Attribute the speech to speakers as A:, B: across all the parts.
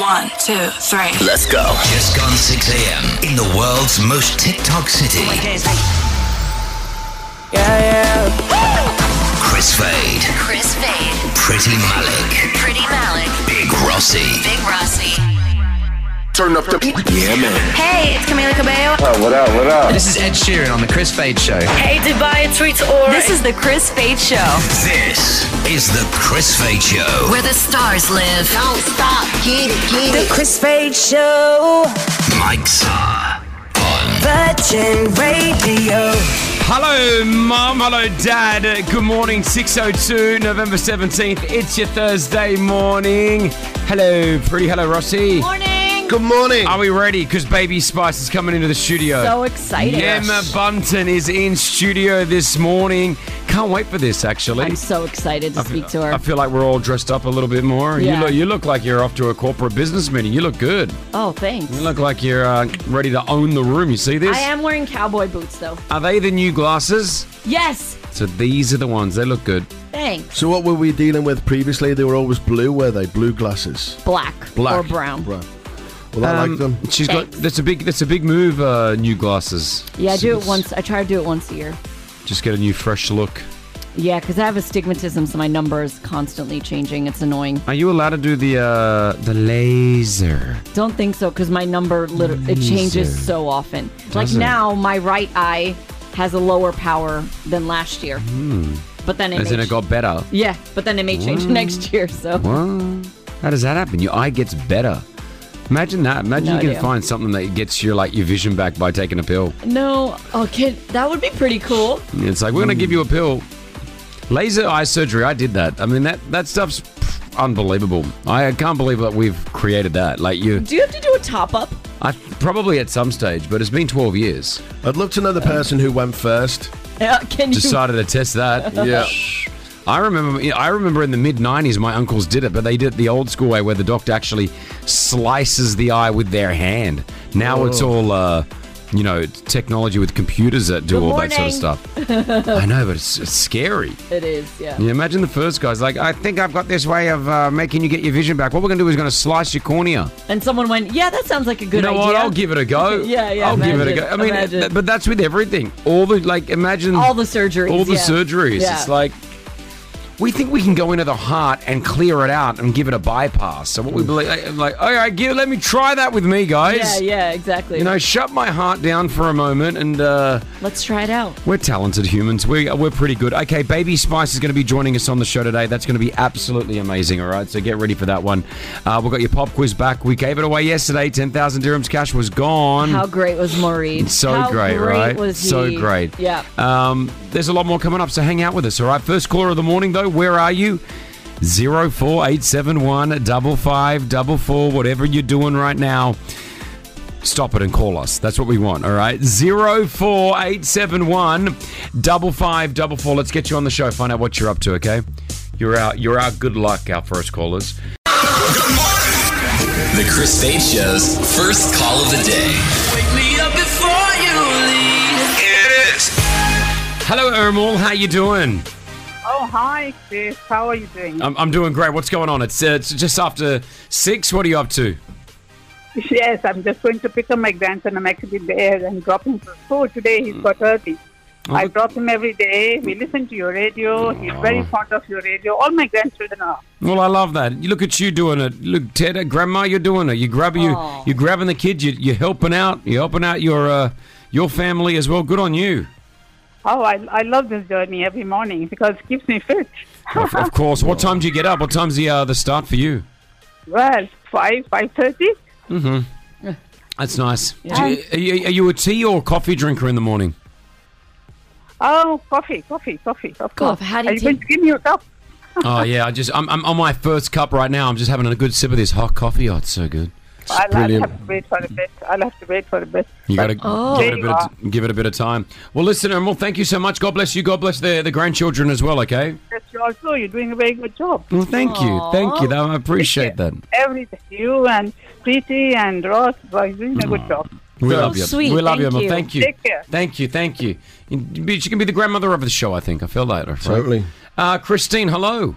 A: One, two, three.
B: Let's go.
C: Just gone 6 a.m. in the world's most TikTok city. Chris Fade,
D: Chris Fade,
C: Pretty Malik,
D: Pretty Malik,
C: Big Rossi.
D: Big Rossi.
B: Turn up the. Yeah, man.
D: Hey, it's Camila Cabello.
E: This is Ed Sheeran on the Chris Fade Show.
F: Hey, Dubai treats or
G: This is the Chris Fade Show.
C: This is the Chris Fade Show.
D: Where the stars live. Don't stop. Get it, get
F: the Chris Fade Show,
C: Mike's are on
F: Virgin Radio.
H: Hello, Mum. Hello, Dad. Uh, Good morning, 602, November 17th. It's your Thursday morning. Hello, pretty. Hello, Rossi.
G: Morning.
B: Good morning.
H: Are we ready? Because Baby Spice is coming into the studio.
G: So excited.
H: Gemma Bunton is in studio this morning. Can't wait for this, actually.
G: I'm so excited to speak to
H: I
G: her.
H: feel like we're all dressed up a little bit more. You,
G: Yeah.
H: look, you look like you're off to a corporate business meeting. You look good.
G: Oh, thanks.
H: You look like you're uh, ready to own the room. You see this?
G: I am wearing cowboy boots though.
H: Are they the new glasses?
G: Yes.
H: So these are the ones. They look good.
G: Thanks.
B: So, what were we dealing with previously? They were always blue, were they? Blue glasses.
G: Black.
B: Black.
G: Or brown. Um,
B: Brown. Well, I like them.
H: She's got
G: Thanks.
H: that's a big that's a big move. Uh, new glasses.
G: Yeah, I
H: So
G: do it
H: it's-
G: once. I try to do it once a year.
H: Just get a new fresh look.
G: Yeah, because I have astigmatism, so my number is constantly changing. It's annoying.
H: Are you allowed to do the uh, the laser?
G: Don't think so, because my number literally it changes
H: Amazing.
G: so often. like
H: Mm, Does it?
G: now, my right eye has a lower power than last year. But then it.
H: Hmm. As
G: may
H: in it
G: ch-
H: got better.
G: yeah, but then it may change next year. So
H: Well, how does that happen? Your eye gets better. Imagine that. Imagine
G: No
H: you can
G: idea.
H: find something that gets your like your vision back by taking a pill.
G: no, oh kid, that would be pretty cool.
H: It's like we're gonna give you a pill. Laser eye surgery. I did that. I mean that that stuff's pff, unbelievable. I can't believe that we've created that. Like you,
G: Do you have to do a top up?
H: I probably at some stage, but it's been 12 years.
B: I'd love to know the person who went first.
G: Uh, can you?
H: decided to test that.
B: Yeah.
H: I remember I remember in the mid 90s my uncles did it, but they did it the old school way where the doctor actually slices the eye with their hand. Now
G: Oh.
H: it's all uh, you know, technology with computers that do
G: Good
H: all that sort
G: morning.
H: of stuff. I know, but it's, it's scary.
G: It is, yeah.
H: You imagine the first guy's like, I think I've got this way of uh, making you get your vision back. What we're going to do is going to slice your cornea.
G: And someone went, yeah, that sounds like a good
H: you know
G: idea.
H: what? I'll give it a go.
G: Yeah, yeah,
H: I'll give it a
G: imagine,
H: go. I mean,
G: imagine.
H: th- but that's with everything. All the like, imagine
G: All the surgeries,
H: All the
G: yeah.
H: surgeries.
G: Yeah.
H: It's like we think we can go into the heart and clear it out and give it a bypass. So what we believe, like, like, all right, give, let me try that with me,
G: yeah,
H: guys.
G: yeah, exactly.
H: You know, shut my heart down for a moment and. uh
G: Let's try it out.
H: we're talented humans. We, uh, we're pretty good. Okay, Baby Spice is going to be joining us on the show today. That's going to be absolutely amazing, all right? So get ready for that one. Uh, we've got your pop quiz back. We gave it away yesterday. 10,000 dirhams cash was gone.
G: How great was Maureen?
H: Mm. so
G: How
H: great, right?
G: Was he?
H: So great.
G: Yeah.
H: Um, there's a lot more coming up, so hang out with us, all right? First caller of the morning, though, where are you? 04871 5544, whatever you're doing right now stop it and call us. That's what we want, all right? 04871 5544. Let's get you on the show, find out what you're up to, okay? You're out. You're our good luck, our first callers.
C: The Chris Fade Show's first call of the day. It is.
H: Hello, Ermal. How you doing?
I: Oh, hi, Chris. How are you doing?
H: I'm, I'm doing great. What's going on? It's, uh, it's just after six. What are you up to?
I: yes, I'm just going to pick up my grandson. I'm actually there and drop him to school. Today he's got
H: Mm.
I: early. I
H: but-
I: drop him every day. We listen to your radio. He's very
H: Uh-huh.
I: fond of your radio. All my grandchildren are.
H: Well, I love that. You look at you doing it. Look, Ted, uh, Grandma, you're doing it. You grab you.
G: Aw.
H: You're grabbing the kid. You, you're helping out. You're helping out your uh, your family as well. Good on you.
I: Oh, I, I love this journey every morning because it keeps me fit.
H: Of, of course. What time do you get up? What time's the uh, the start for you?
I: Well, five five thirty.
H: That's nice. Do you- are, you, are you a tea or coffee drinker in the morning?
I: Oh, coffee, coffee, coffee. Of course.
G: Coffee. How do
I: are
G: you
I: you going
G: take-
I: to give me a cup?
H: oh yeah, I just I'm, I'm on my first cup right now. I'm just having a good sip of this hot coffee. Oh, it's so good.
I: I'll, I'll
B: brilliant.
I: have to wait for a bit. I'll have to wait for a bit.
H: You got to give it
I: There
H: a
I: you
H: bit of, give it a bit of time. Well, listen, Ermal, thank you so much. God bless you. God bless the the grandchildren as well. Okay.
I: Yes, you also, you're doing a very good job.
H: Well, thank you, thank you. though. I appreciate that.
I: Everything. You and Preeti and Ross are doing a good job.
H: We
B: So
H: love you.
G: sweet,
H: We love
G: thank
H: you, Ermal.
G: you.
H: Thank you.
I: Take care.
H: Thank you. Thank you. You- She can be the grandmother of the show. I think. I feel that. right?
B: Totally.
H: Uh, Christine, hello.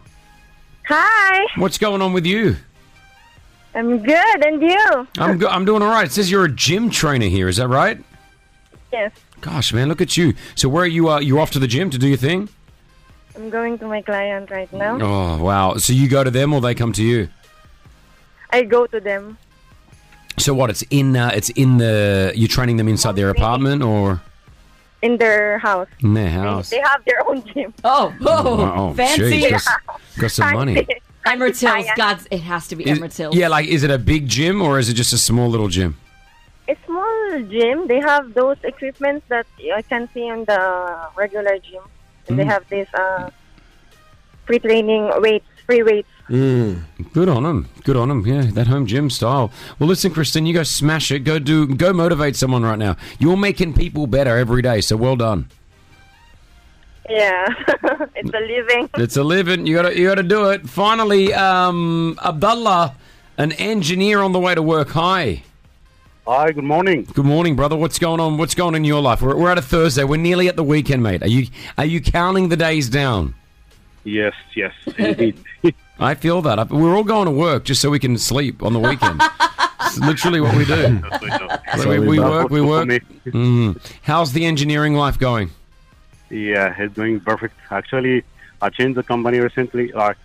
I: Hi.
H: What's going on with you?
A: I'm good, and you?
H: I'm go- I'm doing all right. It says you're a gym trainer here. Is that right?
A: Yes,
H: Gosh, man, look at you. So where are you? Uh, you off to the gym to do your thing?
A: I'm going to my client right now.
H: Oh wow! So you go to them or they come to you?
A: I go to them.
H: So what? It's in uh, it's in the you're training them inside
I: Oh,
H: their apartment or
A: In their house.
H: in their house.
A: They have their own gym.
G: Oh, oh,
H: Oh,
G: fancy.
H: jeez, got, got some money.
G: Emirates Hills. God's, it has to be
H: Is-
G: Emirates Hills.
H: yeah, like is it a big gym or is it just a small little gym?
A: A small gym. They have those equipments that I can see in the regular gym. And They have this uh, free training weights, free weights.
H: Good on them. Good on them. Yeah, that home gym style. Well, listen, Kristen, you go smash it. Go do. Go motivate someone right now. You're making people better every day. So well done.
A: Yeah, it's a living.
H: It's a living. You gotta. You gotta do it. Finally, um, Abdullah, an engineer on the way to work. Hi.
J: Hi, good morning.
H: Good morning, brother. What's going on? What's going on in your life? We're, we're at a Thursday. We're nearly at the weekend, mate. Are you are you counting the days down?
J: Yes, yes, indeed.
H: I feel that. I- We're all going to work just so we can sleep on the weekend. it's literally what we do.
J: That's
H: So we, we
B: Sorry,
H: work. We
J: for
H: work.
J: me.
H: Mm. How's the engineering life going?
J: Yeah, it's doing perfect. Actually, I changed the company recently, like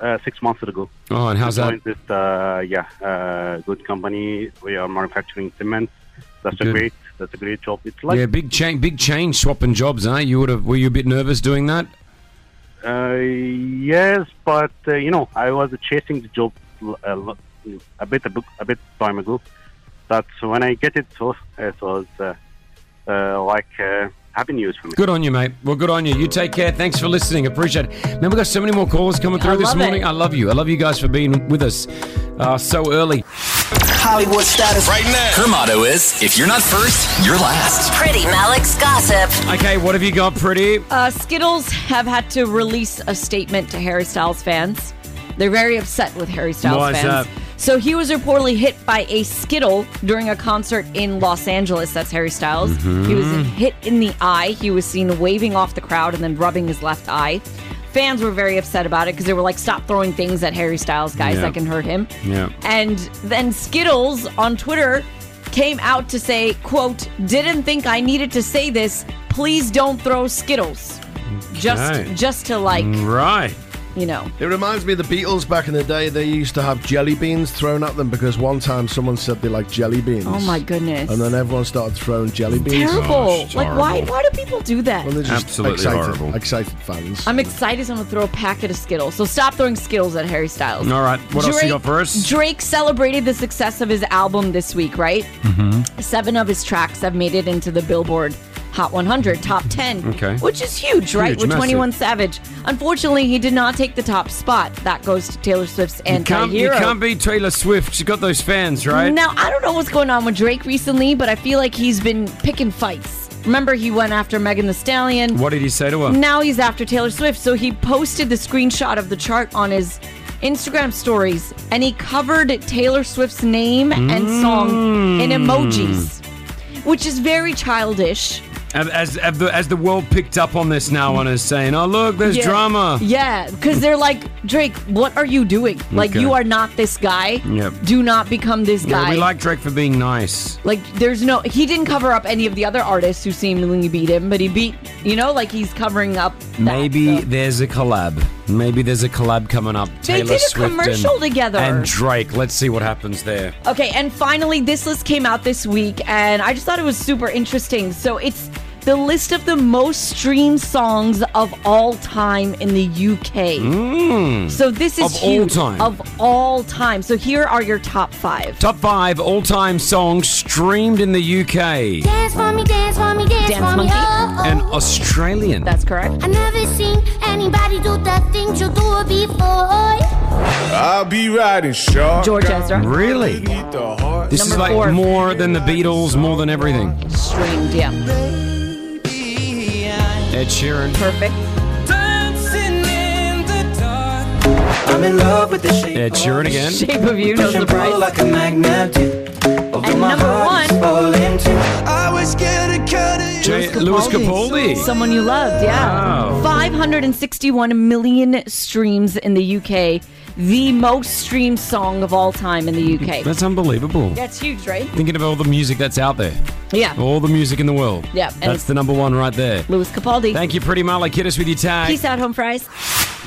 J: uh, six months ago.
H: Oh, and how's that?
J: Joined This, uh, yeah, uh, good company. We are manufacturing cement. That's
H: Good.
J: a great. That's a great job. It's
H: Yeah,
J: like,
H: big change. Big change. Swapping jobs, eh? You would have. Were you a bit nervous doing that?
J: uh, yes, but uh, you know, I was chasing the job a, lo- a bit, a, bit- a bit time ago. That's when I get it. So it was uh, uh, like uh, happy news for me.
H: Good on you, mate. Well, good on you. You take care. Thanks for listening. Appreciate it. Man, we got so many more callers coming through
G: I
H: this
G: love
H: morning.
G: it.
H: I love you. I love you guys for being with us uh, so early.
C: Hollywood status right now. Her motto is if you're not first, you're last.
D: Pretty Malik's gossip.
H: Okay, what have you got, pretty?
G: Uh, Skittles have had to release a statement to Harry Styles fans. They're very upset with Harry Styles
H: Why is
G: fans.
H: that?
G: So he was reportedly hit by a Skittle during a concert in Los Angeles. That's Harry Styles.
H: Mm-hmm.
G: He was hit in the eye. He was seen waving off the crowd and then rubbing his left eye. Fans were very upset about it because they were like, stop throwing things at Harry Styles, guys.
H: Yeah.
G: That can hurt him.
H: Yeah.
G: And then Skittles on Twitter came out to say, quote, didn't think I needed to say this. Please don't throw Skittles.
H: Okay. Mm.
G: Just just to like,
H: Right.
G: you know.
B: It reminds me of the Beatles back in the day. They used to have jelly beans thrown at them because one time someone said they like jelly beans.
G: Oh my goodness.
B: And then everyone started throwing jelly beans.
G: Terrible.
H: Gosh, it's
G: like why
H: horrible.
G: why do people do that?
B: Well, they're just
H: Absolutely
B: excited,
H: horrible.
B: Excited fans.
G: I'm excited someone throw a packet of Skittles. So stop throwing Skittles at Harry Styles.
H: All right. What else you got for us?
G: Drake celebrated the success of his album this week, right? Mm-hmm. Seven of his tracks have made it into the Billboard Hot 100 top 10,
H: Okay.
G: which is huge, right?
H: Huge,
G: With
H: massive.
G: 21 Savage. Unfortunately, he did not take the top spot. That goes to Taylor Swift's
H: you, can't, you
G: Anti-Hero.
H: can't beat Taylor Swift. She's got those fans, right?
G: Now, I don't know what's going on with Drake recently, but I feel like he's been picking fights. Remember, he went after Megan the Stallion.
H: What did he say to her?
G: Now he's after Taylor Swift. So he posted the screenshot of the chart on his Instagram stories and he covered Taylor Swift's name and song in
H: Mm.
G: emojis, which is very childish.
H: As, as, as, the, as the world picked up on this now and is saying, oh, look, there's drama.
G: Yeah, because they're like, Drake, what are you doing? Like,
H: Okay.
G: you are not this guy.
H: Yep.
G: Do not become this
H: Yeah,
G: guy.
H: we like Drake for being nice.
G: Like there's no he didn't cover up any of the other artists who seemingly beat him, but he beat you know like he's covering up. that,
H: Maybe
G: so.
H: there's a collab. Maybe there's a collab coming up.
G: They
H: Taylor
G: did a
H: Swift
G: commercial
H: and,
G: together.
H: and Drake. Let's see what happens there.
G: Okay, and finally this list came out this week, and I just thought it was super interesting. So it's the list of the most streamed songs of all time in the UK. So this is
H: Hmm. Of all
G: huge.
H: time.
G: of all time. So here are your top five.
H: Top five all-time songs streamed in the UK.
K: Dance for me, dance for me, dance,
G: Dance
K: for me.
G: monkey.
K: Oh,
H: An Australian.
G: That's correct.
K: I never seen anybody do that thing you do it before.
L: I'll be riding short.
G: George Ezra
H: really. This is
G: Number
H: like
G: four.
H: more than the Beatles, more than everything.
G: streamed. Yeah,
H: Ed Sheeran.
G: perfect.
E: I'm in love with the shape.
H: Ed Sheeran again.
G: Shape of You, no surprise.
E: like a magnet.
G: And number one.
E: I was scared to cut it.
H: J- Lewis Capaldi.
G: Someone you loved, yeah.
H: Wow.
G: 561 million streams in the UK. the most streamed song of all time in the UK.
H: That's unbelievable.
G: That's huge, right?
H: Thinking of all the music that's out there.
G: Yeah.
H: All the music in the world.
G: Yeah, and
H: That's
G: it's-
H: the number one right there.
G: Louis Capaldi.
H: Thank you, Pretty Mala. Kid us with your tag.
G: Peace out, home fries.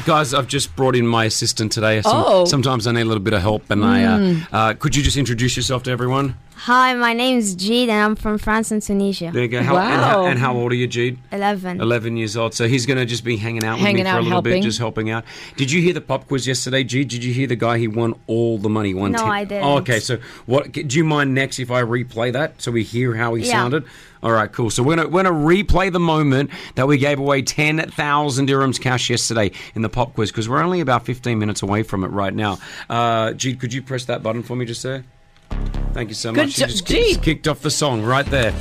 H: Guys, I've just brought in my assistant today. Some-
M: Oh.
H: Sometimes I need a little bit of help, and I. Uh,
M: Mm.
G: Hmm.
H: uh, could you just introduce yourself to everyone?
M: Hi, my name's Jeed and I'm from France and Tunisia.
H: There you go. How, and, how, and how old are you, Jude?
M: 11.
H: 11 years old. So he's going to just be hanging out with
M: Hanging
H: me for
M: out,
H: a little bit,
M: helping.
H: just helping out. Did you hear the pop quiz yesterday, G? Did you hear the guy? He won all the money. Won
M: No,
H: 10
M: I didn't.
H: Oh, okay, so what? Do you mind next if I replay that so we hear how he
M: Yeah.
H: sounded? All right, cool. So we're gonna we're gonna replay the moment that we gave away ten thousand dirhams cash yesterday in the pop quiz because we're only about fifteen minutes away from it right now. Uh, G, could you press that button for me just there? Thank you so
G: Good
H: much.
G: jo-
H: you just ki- just kicked off the song right there.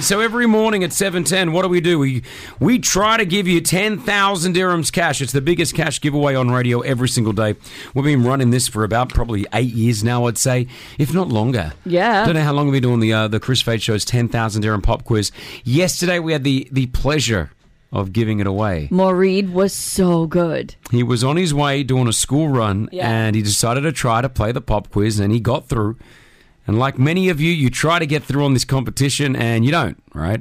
H: So every morning at 7:10, what do we do? We we try to give you 10,000 dirhams cash. It's the biggest cash giveaway on radio every single day. We've been running this for about probably 8 years now, I'd say, if not longer.
G: Yeah.
H: Don't know how long we've been doing the uh, the Chris Fade show's 10,000 dirham pop quiz. Yesterday we had the the pleasure of giving it away.
G: Maureen was so good.
H: He was on his way doing a school run
G: Yeah.
H: and he decided to try to play the pop quiz and he got through. And like many of you, you try to get through on this competition and you don't, right?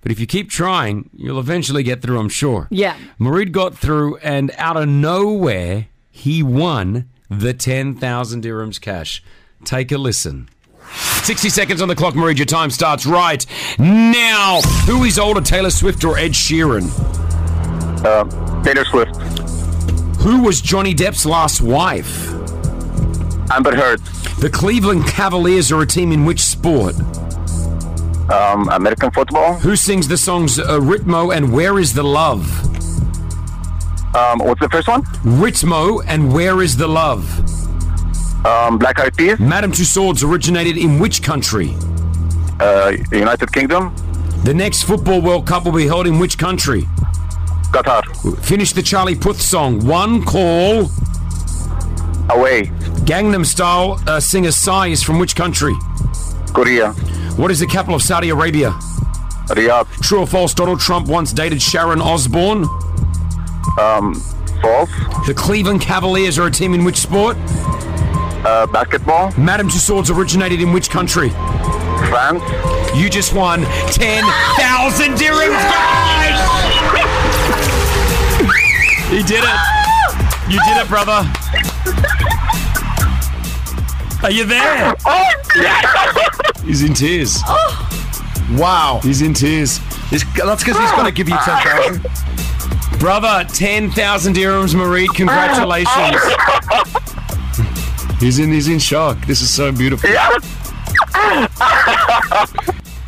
H: But if you keep trying, you'll eventually get through, I'm sure.
G: Yeah.
H: Marid got through and out of nowhere, he won the 10,000 dirhams cash. Take a listen. 60 seconds on the clock, Marid. Your time starts right now. Who is older, Taylor Swift or Ed Sheeran?
N: Uh, Taylor Swift.
H: Who was Johnny Depp's last wife?
N: Amber Heard.
H: The Cleveland Cavaliers are a team in which sport?
N: Um, American football.
H: Who sings the songs uh, Ritmo and Where is the Love?
N: Um, what's the first one?
H: Ritmo and Where is the Love?
N: Um, Black Eyed Peas.
H: Madame Tussauds originated in which country?
N: Uh, United Kingdom.
H: The next Football World Cup will be held in which country?
N: Qatar.
H: Finish the Charlie Puth song, One Call
N: Away.
H: Gangnam Style uh, singer Psy is from which country?
N: Korea.
H: What is the capital of Saudi Arabia?
N: Riyadh.
H: True or false, Donald Trump once dated Sharon Osbourne?
N: Um, false.
H: The Cleveland Cavaliers are a team in which sport?
N: Uh, basketball.
H: Madame Tussauds originated in which country?
N: France.
H: You just won 10,000 dirhams, guys! He did it. You did it, brother. Are you there? He's in tears. Wow. He's in tears.
B: that's 'cause he's gonna give you
G: Ah!
B: 10,000.
H: Brother, 10,000 dirhams, Marie. Congratulations. He's in he's in shock. This is so beautiful.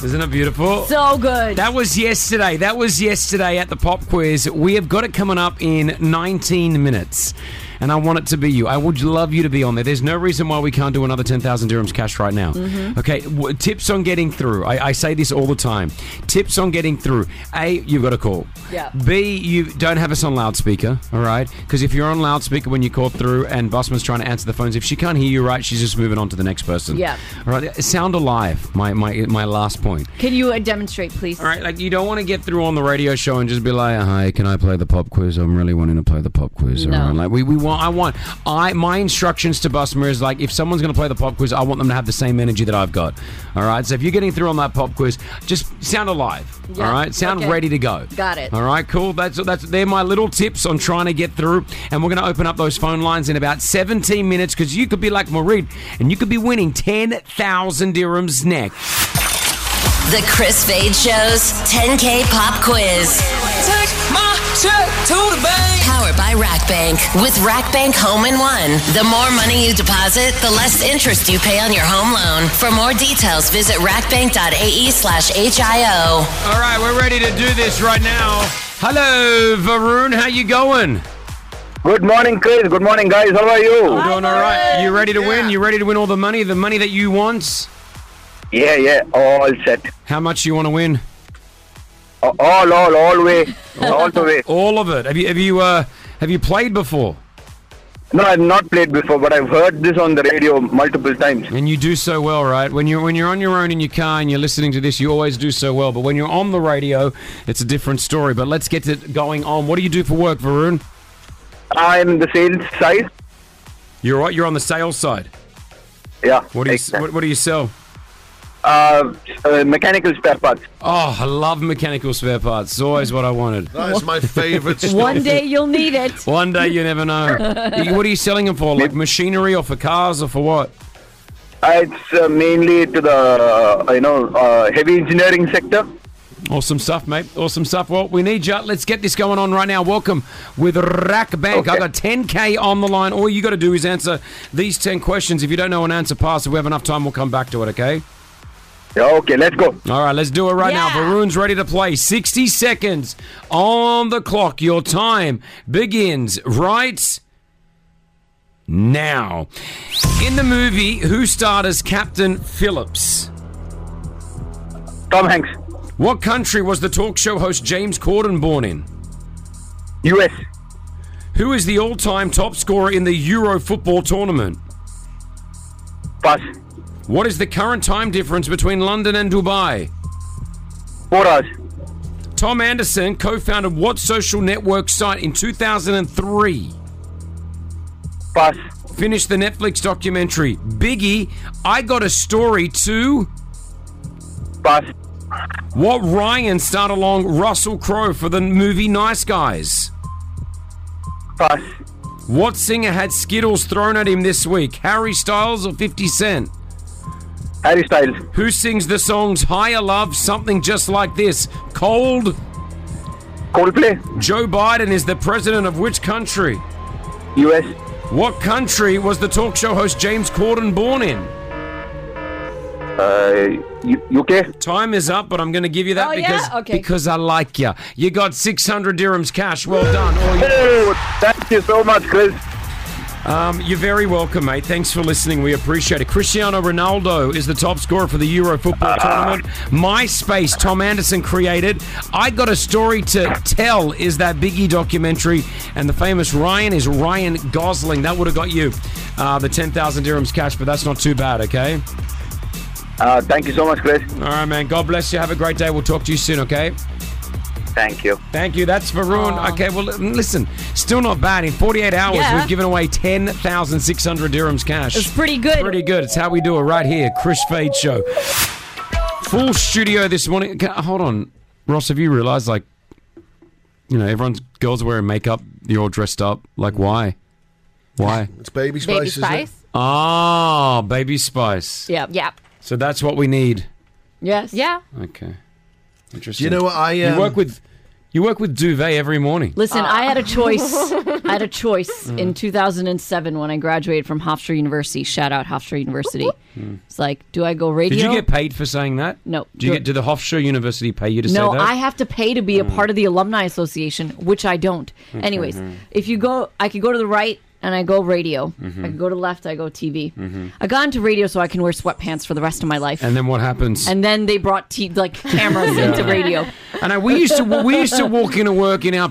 H: Isn't it beautiful?
G: So good.
H: That was yesterday. That was yesterday at the pop quiz. We have got it coming up in 19 minutes. And I want it to be you. I would love you to be on there. There's no reason why we can't do another 10,000 dirhams cash right now.
G: Mm-hmm.
O: Mhm.
H: Okay, w- tips on getting through. I, I say this all the time. Tips on getting through. A, you've got to call.
O: Yeah.
H: B, you don't have us on loudspeaker, all right? Because if you're on loudspeaker when you call through and Busman's trying to answer the phones, if she can't hear you right, she's just moving on to the next person.
G: Yeah.
H: All right, sound alive, my, my, my last point.
G: Can you uh, demonstrate, please?
H: All right, like you don't want to get through on the radio show and just be like, "Hi, can I play the pop quiz? I'm really wanting to play the pop quiz."
G: No.
H: All right, like we, we want, I want, I my instructions to Busmer is like, if someone's going to play the pop quiz, I want them to have the same energy that I've got. All right, so if you're getting through on that pop quiz, just sound alive.
G: Yeah,
H: all right, sound
G: okay.
H: ready to go.
G: Got it.
H: All right, cool. That's that's they're my little tips on trying to get through, and we're going to open up those phone lines in about 17 minutes because you could be like Marie and you could be winning 10,000 dirhams next.
D: The Chris Fade Show's 10K Pop Quiz. Take my check to the bank. Powered by RackBank. With RackBank Home in One. The more money you deposit, the less interest you pay on your home loan. For more details, visit rackbank.ae slash HIO.
H: All right, we're ready to do this right now. Hello, Varun. How you going?
N: Good morning, Chris. Good morning, guys. How are you?
H: I'm doing all right. You ready to win? You ready to win all the money? The money that you want?
N: Yeah, yeah. All set.
H: How much you want to win?
N: All, all, all way, all the way.
H: All of it. Have you have you uh, have you played before?
N: No, I've not played before, but I've heard this on the radio multiple times.
H: And you do so well, right? When you're when you're on your own in your car and you're listening to this, you always do so well. But when you're on the radio, it's a different story. But let's get it going on. What do you do for work, Varun?
N: I'm the sales side.
H: You're right. You're on the sales side.
N: Yeah.
H: What do you what, what do you sell?
N: Uh, uh, mechanical spare parts.
H: Oh, I love mechanical spare parts. It's always what I wanted.
B: That is my favorite stuff.
G: One day you'll need it.
H: One day you never know. You- what are you selling them for? Like machinery or for cars or for what?
N: Uh, it's uh, mainly to the uh, you know uh, heavy engineering sector.
H: Awesome stuff, mate. Awesome stuff. Well, we need you. Let's get this going on right now. Welcome with Rack Bank. I got 10K on the line. All you got to do is answer these 10 questions. If you don't know an answer, pass. If we have enough time, we'll come back to it, okay?
N: Yeah, okay, let's go.
H: All right, let's do it right now. Varun's ready to play. 60 seconds on the clock. Your time begins right now. In the movie, who starred as Captain Phillips?
N: Tom Hanks.
H: What country was the talk show host James Corden born in?
N: US.
H: Who is the all time top scorer in the Euro football tournament?
N: Pass.
H: What is the current time difference between London and Dubai?
N: Four hours.
H: Tom Anderson co founded what social network site in 2003?
N: Pass.
H: Finished the Netflix documentary Biggie, I Got a Story too.
N: Pass.
H: What Ryan starred along Russell Crowe for the movie Nice Guys?
N: Pass.
H: What singer had Skittles thrown at him this week? Harry Styles or 50 Cent?
N: Harry Styles.
H: Who sings the songs Higher Love, Something Just Like This? Cold?
N: Coldplay.
H: Joe Biden is the president of which country?
N: US.
H: What country was the talk show host James Corden born in?
N: Uh, U- UK.
H: Time is up, but I'm going to give you that
G: Oh, yeah?
H: because
G: Okay.
H: because I like you. You got 600 dirhams cash. Well done. All you-
N: Hey, thank you so much, Chris.
H: Um, you're very welcome, mate. Thanks for listening. We appreciate it. Cristiano Ronaldo is the top scorer for the Euro football
N: Ah.
H: tournament. MySpace, Tom Anderson created. I Got a Story to Tell is that Biggie documentary. And the famous Ryan is Ryan Gosling. That would have got you uh, the 10,000 dirhams cash, but that's not too bad, okay?
N: Uh, thank you so much, Chris.
H: All right, man. God bless you. Have a great day. We'll talk to you soon, okay?
N: Thank you.
H: Thank you. That's Varun. Okay, well, l- listen, still not bad. In 48 hours,
G: Yeah.
H: we've given away 10,600 dirhams cash.
G: It's pretty good.
H: Pretty good. It's how we do it right here. Chris Fade Show. Full studio this morning. Ca- Hold on. Ross, have you realized, like, you know, everyone's girls are wearing makeup. You're all dressed up. Like, why? Why?
B: It's baby spice,
O: Baby
B: isn't it?
O: Spice.
H: Ah, baby spice.
G: Yep. Yep.
H: So that's what we need.
G: Yes. Yeah.
H: Okay. Interesting.
B: know what I, um,
H: You work with you work with duvet every morning.
G: Listen, I had a choice. I had a choice
H: Mm.
G: in 2007 when I graduated from Hofstra University. Shout out Hofstra University.
H: Hmm.
G: It's like, do I go radio?
H: Did you get paid for saying that?
G: No.
H: Do you get, did the Hofstra University pay you to
G: no,
H: say that? Mm.
G: I have to pay to be a part of the alumni association, which I don't.
H: Okay.
G: Anyways,
H: Mhm.
G: if you go, I could go to the right and I go radio.
H: Mhm.
G: I could go to the left, I go TV. I got into radio so I can wear sweatpants for the rest of my life.
H: Mm-hmm. And then what happens?
G: And then they brought t- like cameras
H: Yeah.
G: into radio.
H: And I, we used to we used to walk into work in our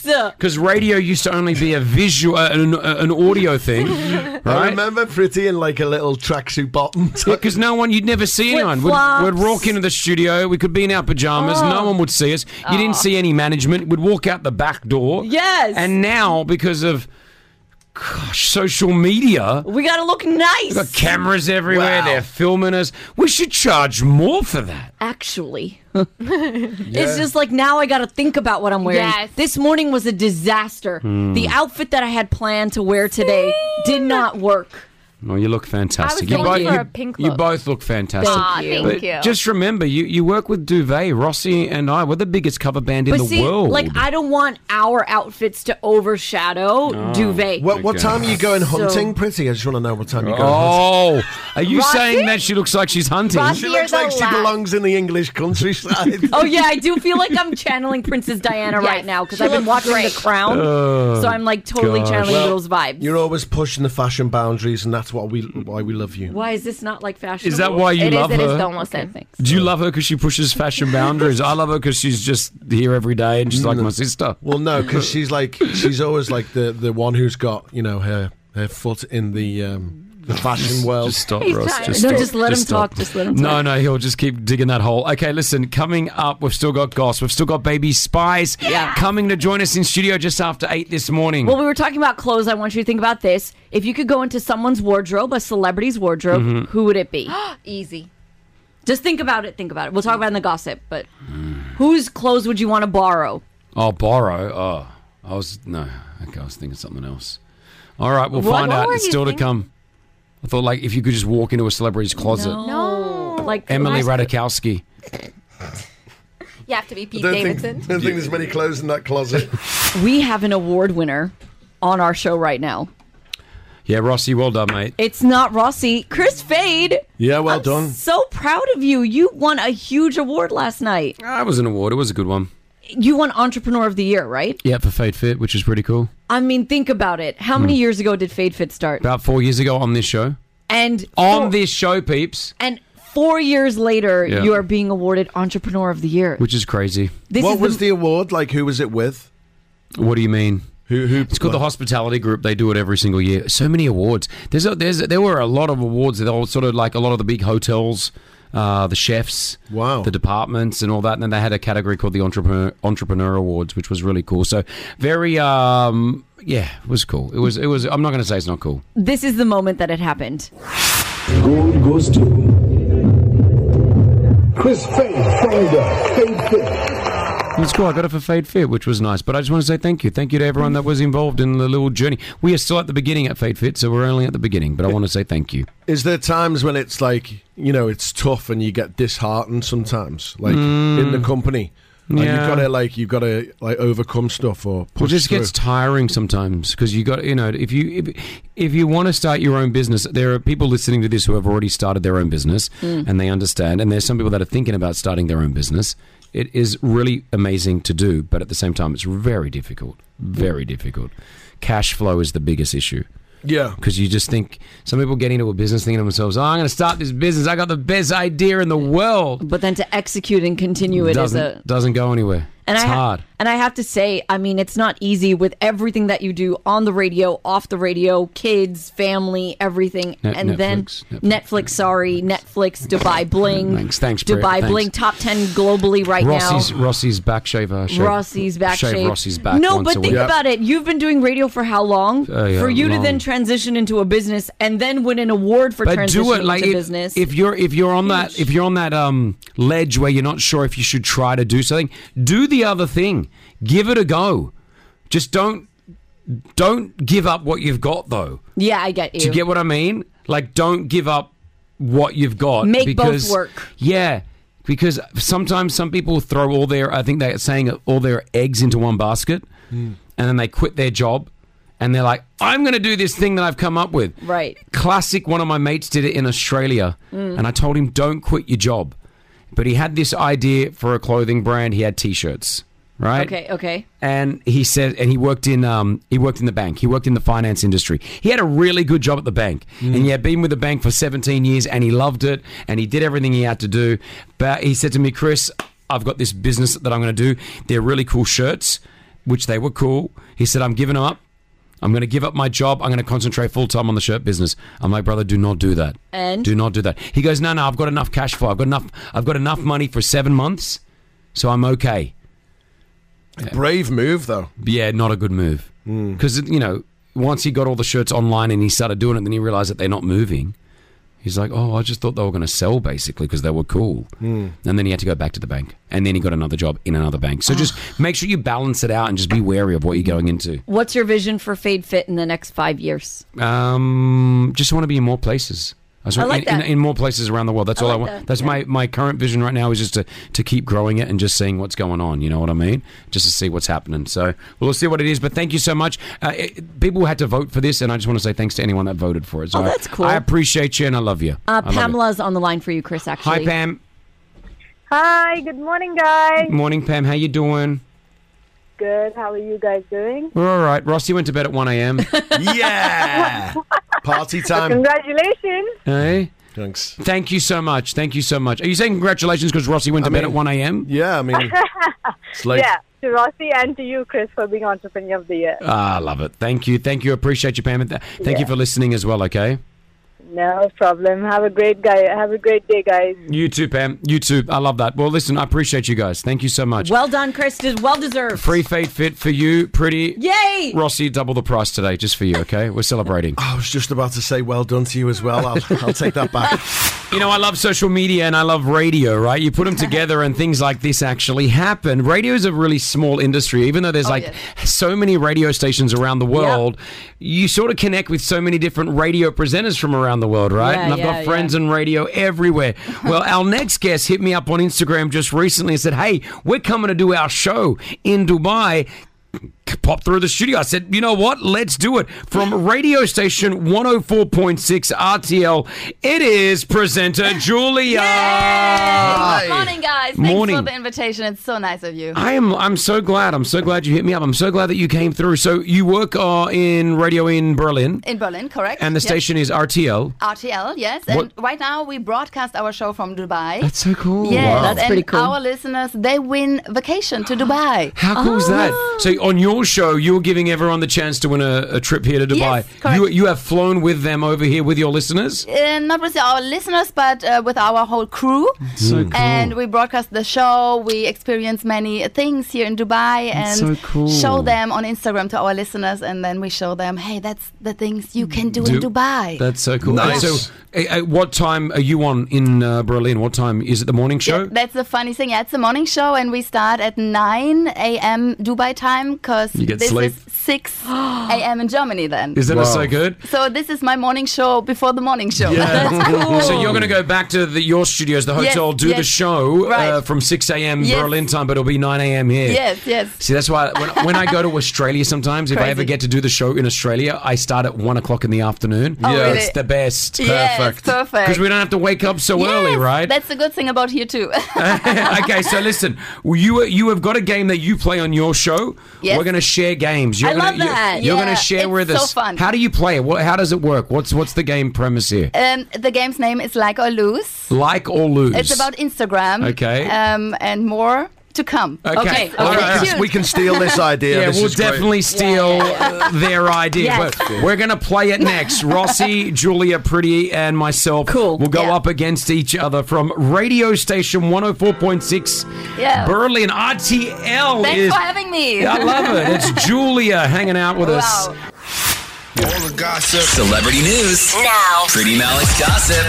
G: Yes.
H: because radio used to only be a visual uh, an, uh, an audio thing,
B: I
H: right?
B: remember Pretty in like a little tracksuit bottom.
H: Because no one, you'd never see anyone. We'd,
B: Flip-flops.
H: we'd walk into the studio, we could be in our pajamas, no
B: Oh.
H: one would see us. You didn't see any management. We'd walk out the back door.
G: Oh. Yes.
H: And now, because of gosh, social media,
G: We got to look nice.
H: We've got cameras everywhere.
G: Wow.
H: They're filming us. We should charge more for that.
G: Actually, it's just like now I got to think about what I'm wearing.
O: Yes.
G: This morning was a disaster.
H: Hmm.
G: The outfit that I had planned to wear today did not work.
H: Well, you look fantastic.
G: I was going for
H: you,
G: a pink
H: you
G: look.
H: both look fantastic.
G: Aw, thank
H: But
G: you.
H: Just remember, you, you work with Duvet. Rossi and I, we're the biggest cover band in
G: but
H: the
G: see,
H: world.
G: like I don't want our outfits to overshadow
H: Oh.
G: duvet.
B: What, what
H: Okay.
B: time are you going
G: So-
B: hunting, Pretty? I just want to know what time you go
H: oh, are you
B: Rossi?
H: saying that she looks like she's hunting?
B: She looks like she belongs in the English countryside.
G: oh yeah, I do feel like I'm channeling Princess Diana right now because
O: she
G: I've been
O: looks
G: watching
O: great.
G: The Crown, so I'm like totally channeling those vibes.
B: You're always pushing the fashion boundaries, and that's what we why we love you.
G: Why is this not like fashion?
H: Is that why you It is, love it is, her? don't
G: listen. thanks.
H: Do you love her because she pushes fashion boundaries? I love her because she's just here every day and she's like my sister.
B: Well, no, because she's like she's always like the the one who's got you know her her foot in the um, the fashion world.
H: Just stop,
G: He's
H: Ross.
G: trying-
H: Just
G: No,
H: stop.
G: just let him
H: stop.
G: talk, just let him
H: No,
G: talk.
H: no, he'll just keep digging that hole. Okay, listen. Coming up, we've still got Goss. We've still got Baby Spies
G: Yeah.
H: coming to join us in studio just after eight this morning.
G: Well, we were talking about clothes. I want you to think about this. If you could go into someone's wardrobe, a celebrity's wardrobe,
H: Mhm.
G: who would it be?
O: Easy.
G: Just think about it. Think about it. We'll talk about it in the gossip, but whose clothes would you want to borrow?
H: oh, borrow. Oh, I was no. Okay, I was thinking something else. All right, we'll
G: What-
H: find
G: what
H: out.
G: were
H: It's
G: you
H: still to
G: thinking?
H: come. I thought like if you could just walk into a celebrity's closet.
G: No. Like
H: Emily Radikowski.
O: You have to be Pete
B: don't
O: Davidson.
B: Think, don't think there's many clothes in that closet.
G: We have an award winner on our show right now.
H: Yeah, Rossi, well done, mate.
G: It's not Rossi, Chris Fade.
H: Yeah, well done.
G: So proud of you. You won a huge award last night.
H: That was an award. It was a good one.
G: You won Entrepreneur of the Year, right?
H: Yeah, for Fade Fit, which is pretty cool.
G: I mean, think about it. How many
H: Hmm.
G: years ago did Fade Fit start?
H: About four years ago on this show.
G: And
H: On this show, peeps,
G: and four years later,
H: Yeah.
G: you are being awarded Entrepreneur of the Year.
H: which is crazy.
G: This
B: what
G: is the-
B: was the, award? Like, who was it with?
H: What do you mean?
B: Who? Who?
H: It's called the Hospitality Group. They do it every single year. So many awards. There's a, there's a, there were a lot of awards. They all sort of like a lot of the big hotels, uh, the chefs, wow, the departments, and all that. And then they had a category called the Entrepreneur Entrepreneur Awards, which was really cool. So very, um, yeah, it was cool. It was it was. I'm not going to say it's not cool.
G: This is the moment that it happened.
P: Gold goes to Chris Faye from the Faye
H: It's cool. I got it for Fade Fit, which was nice. But I just want to say thank you. Thank you to everyone that was involved in the little journey. We are still at the beginning at Fade Fit, so we're only at the beginning. But I want to say thank you.
B: Is there times when it's like you know it's tough and you get disheartened sometimes, like
H: Mm.
B: in the company, and you've
H: Yeah.
B: got to like you've got to like overcome stuff or push
H: Well, it just
B: through.
H: gets tiring sometimes because you got you know if you if, if you want to start your own business, there are people listening to this who have already started their own business
Q: Mm.
H: and they understand, and there's some people that are thinking about starting their own business. It is really amazing to do, but at the same time, it's very difficult.
G: Mm.
H: Very difficult. Cash flow is the biggest issue.
B: Yeah.
H: Because you just think some people get into a business thinking to themselves, oh, I'm going to start this business. I got the best idea in the world.
G: But then to execute and continue it is
H: doesn't,
G: a.
H: doesn't go anywhere.
G: And
H: it's
G: I ha-
H: hard.
G: And I have to say, I mean, it's not easy with everything that you do on the radio, off the radio, kids, family, everything.
H: Net-
G: and then
H: Netflix,
G: Netflix, sorry, Netflix, Dubai Bling.
H: Thanks, thanks, Brit,
G: Dubai
H: thanks.
G: Bling, top 10 globally right
H: Rossi's
G: now.
H: Rossi's back shaver. Shave,
G: Rossi's back
H: shave
G: shave.
H: Rossi's back.
G: No,
H: once
G: but
H: a
G: think
H: week.
G: about it. You've been doing radio for how long?
H: Uh, yeah,
G: for you to
H: long.
G: then transition into a business and then win an award for
H: But
G: transitioning
H: do it like
G: into
H: it-
G: business.
H: if you're if you're on that if you're on that um ledge where you're not sure if you should try to do something, do the other thing. Give it a go. Just don't don't give up what you've got though.
G: yeah, I get you.
H: Do you get what I mean? Like, don't give up what you've got.
G: Make both work.
H: Yeah, because sometimes some people throw all their, I think they're saying all their eggs into one basket,
Q: Mm.
H: and then they quit their job, and they're like, I'm going to do this thing that I've come up with.
G: right.
H: Classic. One of my mates did it in Australia,
G: Mm.
H: and I told him, "Don't quit your job." But he had this idea for a clothing brand. He had T-shirts, right?
G: Okay, okay.
H: and he said and he worked in um, he worked in the bank he worked in the finance industry he had a really good job at the bank and he had been with the bank for 17 years and he loved it and he did everything he had to do but he said to me chris i've got this business that i'm going to do they're really cool shirts which they were cool he said i'm giving up i'm going to give up my job i'm going to concentrate full-time on the shirt business i'm like brother do not do that
G: And?
H: do not do that he goes no no i've got enough cash flow i've got enough i've got enough money for seven months so i'm okay
B: Brave move, though.
H: Yeah, not a good move. Because, you know, once he got all the shirts online and he started doing it, then he realized that they're not moving. He's like, oh, I just thought they were going to sell basically because they were cool.
Q: Mm.
H: And then he had to go back to the bank. And then he got another job in another bank. So just make sure you balance it out and just be wary of what you're going into.
G: What's your vision for Fade Fit in the next five years? Uh,
H: Um, just want to be in more places. just
G: I
H: want-
G: like
H: in, in-
G: that.
H: in more places around the world. That's
G: I
H: all I
G: like
H: want.
G: that,
H: That's
G: yeah.
H: my, my current vision right now is just to, to keep growing it and just seeing what's going on. You know what I mean? Just to see what's happening. So we'll see what it is. But thank you so much. Uh, it, people had to vote for this, and I just want to say thanks to anyone that voted for it. So
G: Oh, that's cool.
H: I appreciate you and I love you. I
G: Uh,
H: love you.
G: Pamela's on the line for you, Chris, actually.
H: Hi, Pam.
R: Hi, good morning, guys.
H: Morning, Pam. How you doing?
R: Good. How are you guys doing?
H: We're all right. Rossi went to bed at 1 a.m. yeah.
B: Party
R: Congratulations.
H: Hey?
B: Thanks.
H: Eh? Thank you so much. Thank you so much. Are you saying congratulations because Rossi went to bed at 1 a.m.?
B: Yeah, I mean, it's
R: yeah, to Rossi and to you, Chris, for being Entrepreneur of the Year.
H: Ah, love it. Thank you. Thank you. Appreciate you, Pam. And th- Thank you for listening as well, okay?
R: No problem. Have a great guy. Have a great day, guys.
H: You too, Pam. You too. I love that. Well, listen, I appreciate you guys. Thank you so much.
G: Well done, Chris. It is well deserved.
H: Free fade fit for you, pretty.
G: Yay!
H: Rossi, double the price today, just for you, okay? We're celebrating.
B: I was just about to say well done to you as well. I'll, I'll take that back.
H: You know, I love social media and I love radio, right? You put them
Q: Uh-huh.
H: together and things like this actually happen. Radio is a really small industry, even though there's
Q: Oh,
H: like so many radio stations around the world. You sort of connect with so many different radio presenters from around the world, right?
Q: Yeah,
H: and I've
Q: yeah,
H: got friends in radio everywhere. well, our next guest hit me up on Instagram just recently and said, Hey, we're coming to do our show in Dubai popped through the studio. I said, you know what? Let's do it. From radio station 104.6 RTL, it is presenter Julia.
O: Good morning, guys. Thanks for
H: Morning.
O: the invitation. It's so nice of you.
H: I am. I'm so glad. I'm so glad you hit me up. I'm so glad that you came through. So you work uh, in radio in Berlin,
O: In Um, Berlin, correct?
H: and the
O: Yes.
H: station is RTL.
O: RTL, yes. And right now we broadcast our show from Dubai.
H: That's so cool.
O: Yes,
H: Wow.
O: and our listeners, they win vacation to Dubai.
H: How cool is
O: Ah.
H: that? So on your show, you're giving everyone the chance to win a, a trip here to Dubai.
O: Yes, correct.
H: You you have flown with them over here with your listeners.
O: Uh, not with our listeners, but uh, with our whole crew.
H: So cool.
O: And we broadcast the show. We experience many things here in Dubai and
H: That's so cool.
O: show them on Instagram to our listeners. And then we show them, hey, that's the things you can do,
H: Do-
O: in Dubai.
H: That's so cool.
B: Nice.
H: And so, uh, uh, what time are you on in uh, Berlin? What time is it? The morning show.
O: That's the funny thing. Yeah, it's a morning show, and we start at 9 a.m. Dubai time because
H: You get
O: this
H: sleep.
O: is 6 a.m. in Germany then.
H: Isn't it so good?
O: So this is my morning show before the morning show.
H: So you're going to go back to the, your studios, the
O: Yes,
H: hotel, do the
O: yes.
H: show uh,
O: Right.
H: from 6 a.m.
O: Yes.
H: Berlin time, but it'll be 9 a.m. here.
O: Yes, yes.
H: See, that's why when, when I go to Australia, sometimes if I ever
O: Crazy.
H: get to do the show in Australia, I start at one o'clock in the afternoon.
O: Oh, really?
H: it's the best.
O: Yes, Perfect. perfect.
H: Because we don't have to wake up so early, right?
O: That's the good thing about here too.
H: okay, so listen, you you have got a game that you play on your show.
O: Yes.
H: We're going to share games. You're
O: I
H: gonna,
O: love
H: you're-
O: that.
H: You're,
O: Yeah,
H: going to share
O: it's
H: with
O: so
H: us.
O: fun.
H: How do you play it? What, how does it work? What's what's the game premise here?
O: um, the game's name is Like or Lose.
H: Like or lose?
O: It's about Instagram.
H: Okay.
O: Um, and more to come.
H: Okay.
B: All right,
O: Stay tuned.
B: we can steal this idea.
H: Yeah,
B: This
H: we'll
B: is great.
H: definitely steal uh, their idea.
B: Yes.
H: But we're going to play it next. Rossi, Julia Pretty, and myself cool. will go up against each other from radio station 104.6
O: Yeah.
H: Berlin. RTL
O: Thanks
H: is.
O: for having me.
H: Yeah, I love it. It's Julia hanging out with us.
C: All the gossip. Celebrity news. Now. Pretty Malik's gossip.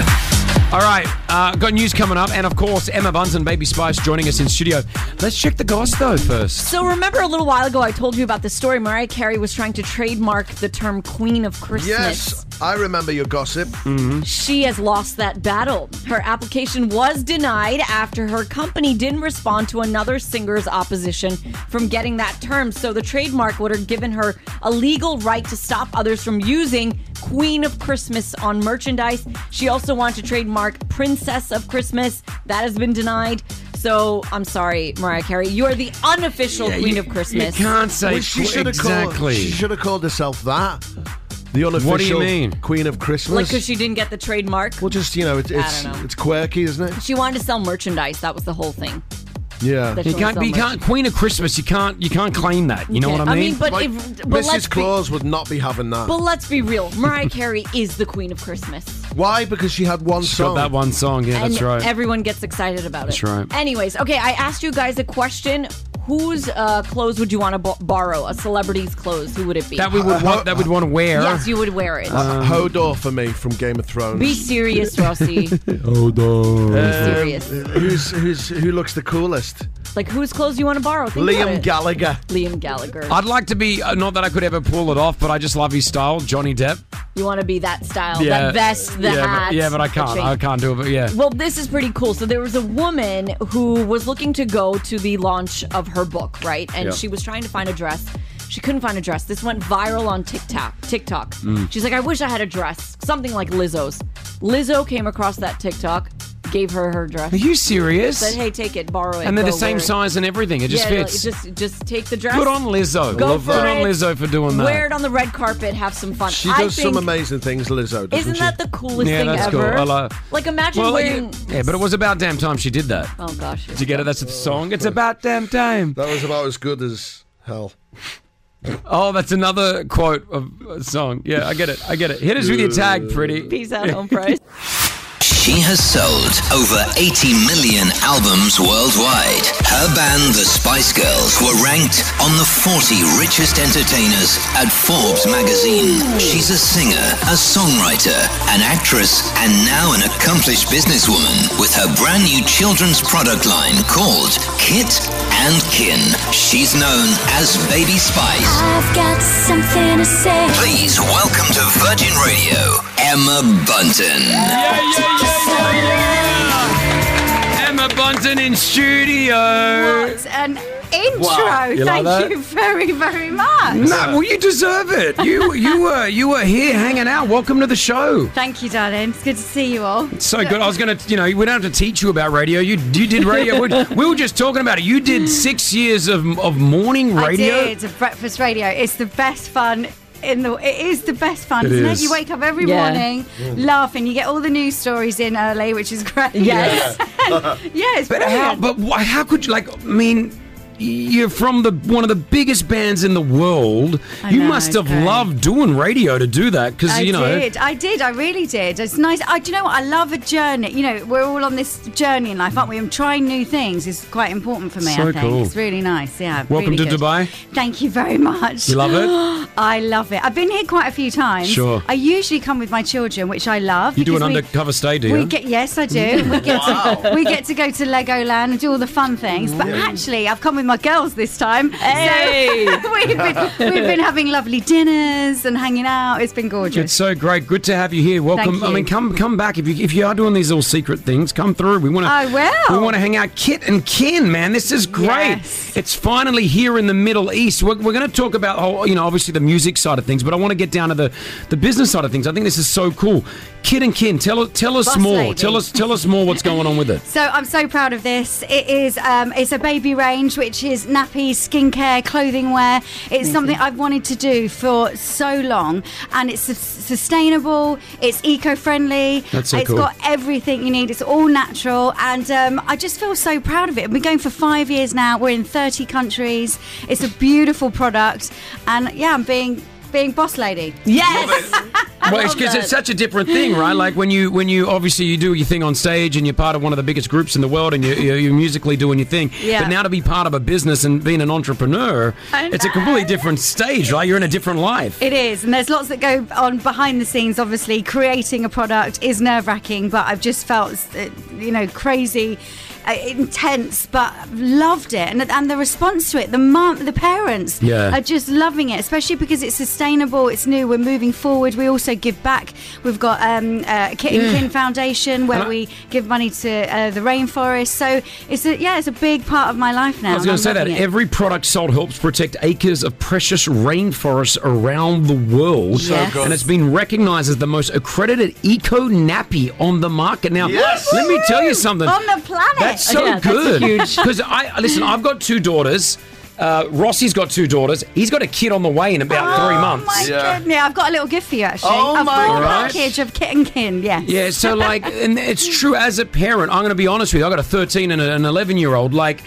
H: All right, uh, got news coming up, and of course, Emma Bunz and Baby Spice joining us in studio. Let's check the goss though first.
G: So remember a little while ago I told you about the story Mariah Carey was trying to trademark the term Queen of Christmas.
B: Yes, I remember your gossip.
G: She has lost that battle. Her application was denied after her company didn't respond to another singer's opposition from getting that term. So the trademark would have given her a legal right to stop others from using Queen of Christmas on merchandise. She also wanted to trademark Princess of Christmas. That has been denied. So I'm sorry, Mariah Carey. You are the unofficial
H: Yeah,
G: Queen
H: you-
G: of Christmas.
H: you can't say
B: Well, she
H: qu-
B: should have
H: exactly.
B: called. She should have called herself that. The unofficial
H: What do you mean?
B: Queen of Christmas.
G: Like, because she didn't get the trademark.
B: well, just you know, it,
G: I don't
B: it's
G: know.
B: it's quirky, isn't it?
G: She wanted to sell merchandise. That was the whole thing.
B: Yeah.
G: That's
H: You
G: all
H: can't,
G: so
H: you
G: much.
H: can't Queen of Christmas. You can't, you can't claim that. You know
G: Okay.
H: what
G: I
H: I mean?
G: mean, but
B: Like,
G: if but let's
B: Mrs.
G: be,
B: Claus would not be having that.
G: but let's be real. Mariah Carey is the queen of Christmas,
B: Why? Because she had one
H: She's
B: song.
H: got that one song. Yeah,
G: and
H: that's right.
G: everyone gets excited about
H: That's
G: it.
H: right.
G: Anyways, okay, I asked you guys a question. Whose uh, clothes would you want to bo- borrow? A celebrity's clothes? Who would it be?
H: that we would want. That we'd want to wear.
G: Yes, you would wear it.
H: um,
B: Uh, Hodor for me from Game of Thrones. Um,
G: be serious, Rossi.
H: Hodor.
G: serious.
B: Who's who's who looks the coolest?
G: like whose clothes you want to borrow? Think about
B: Liam
G: it.
B: Gallagher.
G: Liam Gallagher.
H: I'd like to be. uh, Not that I could ever pull it off, but I just love his style, Johnny Depp.
G: you want to be that style,
H: Yeah.
G: that vest, the
H: yeah, but-
G: hat.
H: yeah, but I
G: the
H: can't.
G: chain.
H: I can't do it. But yeah.
G: Well, this is pretty cool. So there was a woman who was looking to go to the launch of her book, right? And
H: Yeah.
G: she was trying to find a dress. She couldn't find a dress. This went viral on TikTok. TikTok.
S: Mm.
G: She's like, I wish I had a dress, something like Lizzo's. Lizzo came across that TikTok, gave her her dress.
H: Are you serious?
G: Said, hey, take it, borrow it.
H: and they're the
G: go
H: same
G: wear it."
H: size and everything. It just
G: yeah, like,
H: fits.
G: just, just take the dress.
H: Good on uh, Lizzo.
G: Go
H: Good
G: for
H: on
G: it.
H: Lizzo for doing that.
G: Wear it on the red carpet. Have some fun.
B: She
G: I
B: does
G: think,
B: some amazing things, Lizzo. Doesn't
G: Isn't
B: she?
G: that the coolest
H: Yeah,
G: thing
H: that's cool.
G: ever?
H: I like-
G: Like, imagine
H: Well, like,
G: wearing.
H: yeah, but it was about damn time she did that.
G: Oh gosh.
H: Did you get it? That's the song. It's about damn time.
B: That was about as good as hell.
H: Oh, that's another quote of a song. Yeah, I get it. I get it. Hit us with your tag, pretty.
G: Peace out, home price.
C: She has sold over 80 million albums worldwide. Her band, the Spice Girls, were ranked on the 40 richest entertainers at Forbes magazine. She's a singer, a songwriter, an actress, and now an accomplished businesswoman with her brand new children's product line called Kit and Kin. She's known as Baby Spice.
K: I've got something to say.
C: Please welcome to Virgin Radio, Emma Bunton.
H: Emma Bunton in studio.
O: What an intro!
H: Wow. You like
O: Thank
H: that?
O: you very, very much.
H: No, well, you deserve it. You you were you were here hanging out. Welcome to the show.
O: Thank you, darling. It's good to see you all.
H: It's so good. I was gonna, you know, we don't have to teach you about radio. You you did radio. we we were just talking about it. You did six years of of morning radio.
O: I did. Of breakfast radio. It's the best fun in the. It is the best fun,
H: It
O: isn't
H: is. Mm.
O: it? You wake up every
H: Yeah.
O: morning
H: Yeah.
O: laughing. You get all the news stories in early, which is great.
H: Yeah.
O: yeah, it's
H: but how,
O: brilliant.
H: but why, how could you like? I mean, you're from the one of the biggest bands in the world.
O: I
H: you
O: know,
H: must have
O: okay.
H: loved doing radio to do that because
O: I
H: you know.
O: did. I did. I really did. It's nice. I, do you know what? I love a journey. You know, we're all on this journey in life, aren't we? And trying new things is quite important for me.
H: So
O: I think
H: cool.
O: it's really nice. Yeah.
H: Welcome
O: really
H: to
O: good.
H: Dubai.
O: Thank you very much.
H: You love it?
O: I love it. I've been here quite a few times.
H: Sure.
O: I usually come with my children, which I love.
H: You do an
O: because we-
H: undercover stay, do you?
O: We get yes, I do. We get to, we get to go to Legoland and do all the fun things. But actually, I've come with my girls this time.
G: Hey!
O: So we've, been, we've been having lovely dinners and hanging out. It's been gorgeous.
H: It's so great. Good to have you here. Welcome.
O: Thank
H: I mean,
O: you.
H: come come back if you if you are doing these all secret things. Come through. We want to.
O: I will.
H: We want to hang out, Kit and Kin. Man, this is great. It's finally here in the Middle East. We're, we're going to talk about oh, you know obviously the music side of things, but I want to get down to the the business side of things. I think this is so cool. Kit and Kin, tell us tell us
O: Boss
H: more.
O: lady.
H: Tell us tell us more. What's going on with it?
O: So I'm so proud of this. It is um, it's a baby range, which is nappies, skincare, clothing wear. It's something I've wanted to do for so long, and it's sus- sustainable. It's eco-friendly.
Q: That's so
O: It's
Q: cool.
O: got everything you need. It's all natural, and um, I just feel so proud of it. We're going for five years now. We're in 30 countries. It's a beautiful product, and yeah, I'm being being boss lady.
G: Yes.
H: Well, it's because it's such a different thing, right? Like when you when you obviously you do your thing on stage and you're part of one of the biggest groups in the world and you, you, you're musically doing your thing.
O: Yeah.
H: But now to be part of a business and being an entrepreneur,
O: I
H: it's a completely different stage, right? You're in a different life.
O: It is, and there's lots that go on behind the scenes. Obviously, creating a product is nerve wracking, but I've just felt, uh, you know, crazy, uh, intense, but loved it, and and the response to it, the mum, the parents,
Q: Yeah.
O: are just loving it, especially because it's sustainable, it's new, we're moving forward. We also give back. We've got um, uh, Kit
Q: Yeah.
O: and Kin Foundation where
H: Mm. And I-
O: we give money to uh, the rainforest. So it's a, yeah, it's a big part of my life now.
H: I was
O: and I'm
H: going to say that
O: loving it.
H: every product sold helps protect acres of precious rainforests around the world,
O: So Yes. good.
H: and it's been recognized as the most accredited eco nappy on the market. Now,
O: Yes.
H: let me tell you something.
O: on the planet.
H: That's so good. Because I listen, I've got two daughters. Uh, Rossi's got two daughters. He's got a kid on the way in about
O: Oh
H: three months.
O: My goodness, I've got a little gift for you actually.
Q: Oh
O: a
Q: my
O: full
H: gosh.
O: package of kit and kin. Yes.
H: Yeah, so like, and it's true as a parent. I'm going to be honest with you. I got a 13 and a- an 11 year old. Like,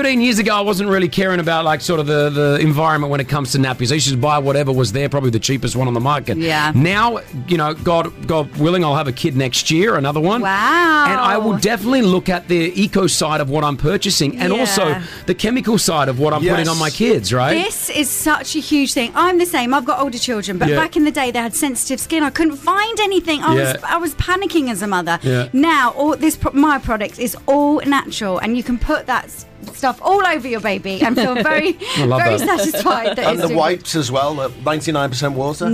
H: 13 years ago, I wasn't really caring about like sort of the, the environment when it comes to nappies. I used to just buy whatever was there, probably the cheapest one on the market.
O: Yeah.
H: Now, you know, God, God willing, I'll have a kid next year, another one.
O: Wow.
H: And I will definitely look at the eco side of what I'm purchasing, and
O: Yeah.
H: also the chemical side of what I'm putting
O: Yes.
H: on my kids. Right.
O: This is such a huge thing. I'm the same. I've got older children, but
H: Yeah.
O: back in the day, they had sensitive skin. I couldn't find anything. I was
H: Yeah.
O: I was panicking as a mother.
H: Yeah.
O: Now, all this pro- my product is all natural, and you can put that s- stuff all over your baby and feel very
B: I love
O: very
B: that.
O: satisfied. That
B: and
O: it's
B: the
O: doing-
B: wipes as well, uh, 99% water.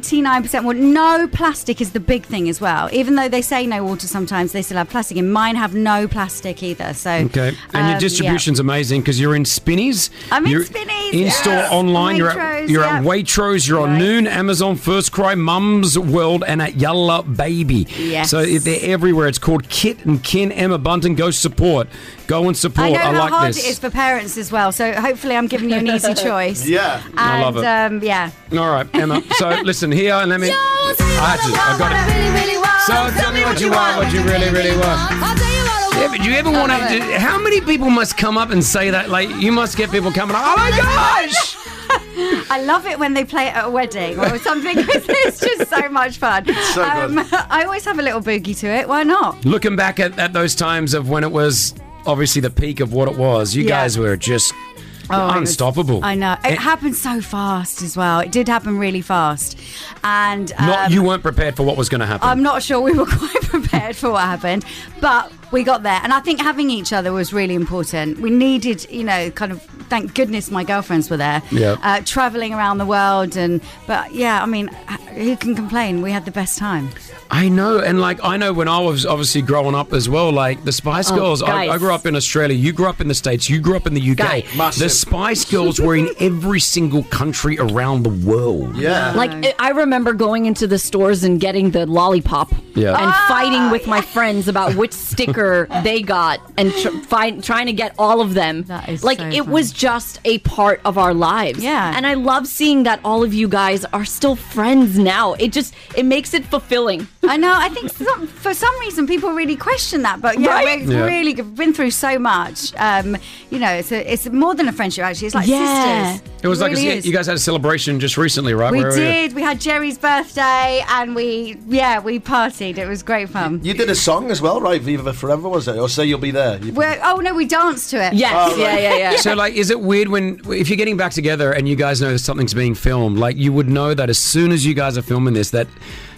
O: 99% water. No plastic is the big thing as well. Even though they say no water sometimes, they still have plastic. And mine have no plastic either. So
H: Okay, and
O: um,
H: your distribution's amazing because you're in Spinnies.
O: I'm in
H: you're
O: Spinneys,
H: In store,
O: yes.
H: online. you're
O: Waitrose,
H: at you're at
O: yeah.
H: Waitrose. You're on Noon, Amazon, First Cry, Mum's World, and at Yalla Baby.
O: Yes.
H: So if they're everywhere. It's called Kit and Kin. Emma Bunton, go support. Go and support.
O: I
H: I,
O: know how
H: like
O: hard
H: this.
O: it is for parents as well. So hopefully, I'm giving you an easy choice.
H: Yeah.
O: and,
H: I love it.
O: Um, yeah.
H: All right, Emma. So listen here, and let me. I had to. I got it. So tell me what you want. What you really, really want. Yeah, but do you ever
Q: I
H: want
Q: love
H: to?
Q: it.
H: How many people must come up and say that? Like, you must get people coming up. Oh my gosh!
O: I love it when they play it at a wedding or something 'cause it's just so much fun.
H: It's so good.
O: I always have a little boogie to it. Why not?
H: Looking back at, at those times of when it was obviously the peak of what it was, you
O: Yeah. Oh,
H: guys were just
O: it was-
H: unstoppable. Eh.
O: I know. It
H: And
O: happened so fast as well. It did happen really fast. And um,
H: Not you weren't prepared for what was going to happen.
O: I'm not sure we were quite prepared for what happened, but we got there. And I think having each other was really important. We needed, you know, kind of thank goodness my girlfriends were there.
Q: Yeah.
O: Uh, traveling around the world and but yeah, I mean, who can complain? We had the best time.
H: I know, and like I know when I was obviously growing up as well, like the Spice
O: Oh,
H: Girls. I,
O: guys.
H: I grew up in Australia. You grew up in the States. You grew up in the UK.
G: Guys.
H: The Spice Girls were in every single country around the world.
G: Like I- I remember going into the stores and getting the lollipop
H: Yeah.
G: and
O: Ah,
G: fighting with my friends about which sticker they got and tr- find, trying to get all of them. like
O: so
G: it
O: fun.
G: was just a part of our lives. Yeah. And I love seeing that all of you guys are still friends now. It just it makes it fulfilling.
O: I know. I think some, for some reason people really question that, but yeah,
G: Right?
O: we've
G: Yeah.
O: really g- been through so much. Um, you know, it's a, it's more than a friendship actually. It's like
G: Yeah.
O: sisters.
H: It was like
O: really
H: a,
O: is.
H: you guys had a celebration just recently, right?
O: We
H: Where were you?
O: did. We had Jerry's birthday, and we yeah we partied. It was great fun.
S: You did a song as well, right? Viva Forever, was it? Or Say You'll Be There. You-
O: We're, oh no, we danced to it.
H: Oh, So, like, is it weird when if you're getting back together and you guys know that something's being filmed, like you would know that as soon as you guys are filming this, that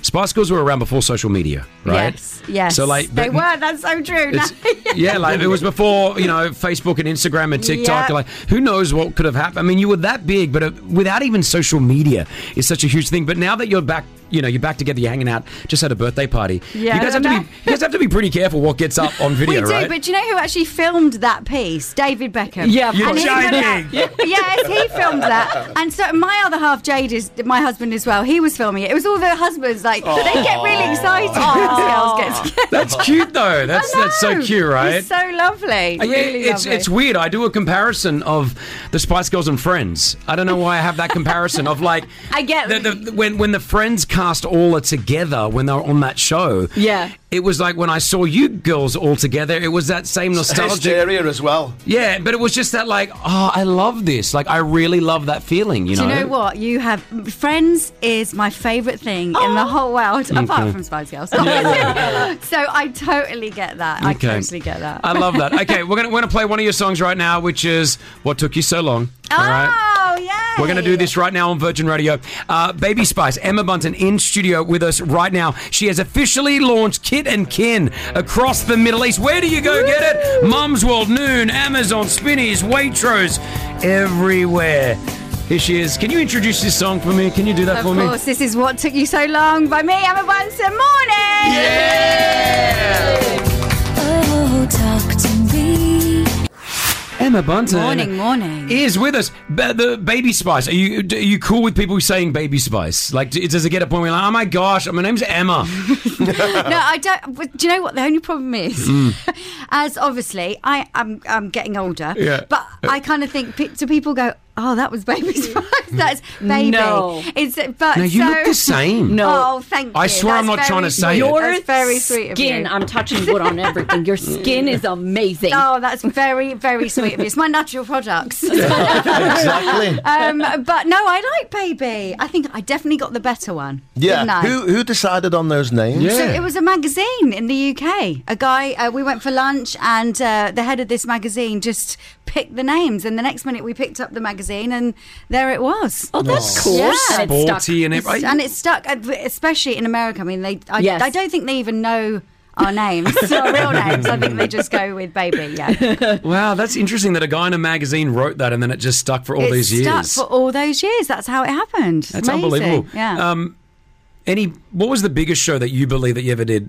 H: Spice Girls were around before social media, right?
O: Yes, yes.
H: So, like,
O: they
H: but-
O: were. That's so true.
H: It's- yeah, like it was before you know Facebook and Instagram and TikTok.
O: Yeah.
H: Like, who knows what could have happened? I mean, you were that big, but it, without even social media, it's such a huge thing. But now that you're back, you know, you're back together, you're hanging out, just had a birthday party.
O: Yeah,
H: you guys
O: I
H: have to
O: know.
H: be, you guys have to be pretty careful what gets up on video,
O: we do,
H: right?
O: but do you know who actually filmed that piece? David Beckham.
H: Yeah, of You're
O: And he filmed
H: joking.
O: that. yes, he filmed that. And so my other half, Jade, is my husband as well. He was filming it. It was all the husbands. Like they get really excited. when these girls get together.
H: That's cute though. That's that's so cute, right?
O: It's so lovely.
H: Uh, yeah,
O: really
H: it's
O: lovely.
H: it's weird. I do a comparison of the Spice Girls and Friends. I don't know why I have that comparison of like
G: I get
H: the, the, when when the Friends cast all are together when they were on that show.
G: Yeah.
H: It was like when I saw you girls all together. It was that same nostalgic.
S: Hysteria as well.
H: Yeah, but it was just that like, oh, I love this. Like I really love that feeling. You know.
O: Do you know what? You have friends is my favorite thing in
G: Oh.
O: the whole world, apart
H: Okay.
O: from Spice Girls.
H: Yeah.
O: so I totally get that. I
H: Okay.
O: totally get that.
H: I love that. Okay, we're gonna we're gonna play one of your songs right now, which is "What Took You So Long." All right.
O: Oh yeah.
H: We're going to do this right now on Virgin Radio. Uh, Baby Spice, Emma Bunton in studio with us right now. She has officially launched Kit and Kin across the Middle East. Where do you go get it? Mum's World, Noon, Amazon, Spinneys, Waitrose, everywhere. Here she is. Can you introduce this song for me? Can you do that
O: Of
H: for me?
O: course, this is what took you so long by me, Emma Bunsen. Morning.
Q: Oh, talk to me.
H: Emma Bunton.
O: Morning, morning.
H: Is with us Ba- the Baby Spice. Are you are you cool with people saying Baby Spice? Like, d- does it get a point where you're like, oh my gosh, my name's Emma?
O: no, I don't. But do you know what? The only problem is,
H: Mm.
O: as obviously I am, I'm getting older.
Q: Yeah.
O: But
H: Uh,
O: I kind of think, pe- do people go, "Oh, that was baby Spice. That's baby."
Q: No.
O: It's but
H: No, you
O: so,
H: look the same.
O: No. Oh, thank you.
H: I swear I'm
O: That's
H: not trying
O: very
H: to say it.
O: sweet.
H: Your
O: That's very sweet of
G: skin,
O: you.
G: I'm touching wood on everything. Your skin is amazing.
O: Oh, that's very, very sweet of you. It's my natural products.
S: Exactly.
O: Um, but no, I like baby. I think I definitely got the better one.
S: Yeah.
O: Didn't I?
S: Who who decided on those names?
O: So it was a magazine in the UK. A guy, uh, we went for lunch, and uh, the head of this magazine just picked the names. And the next minute, we picked up the magazine, and there it was.
G: Oh,
H: that's cool. Sporty and it-
O: It's- and it stuck, uh, especially in America. I mean, they, I,
G: Yes.
O: I don't think they even know our names, our real names. I think they just go with baby. Yeah.
H: Wow, that's interesting that a guy in a magazine wrote that and then it just stuck for all
O: it
H: these
O: stuck
H: years.
O: for all those years. That's how it happened.
H: that's
O: Amazing.
H: unbelievable.
O: Yeah.
H: Um, any what was the biggest show that you believe that you ever did?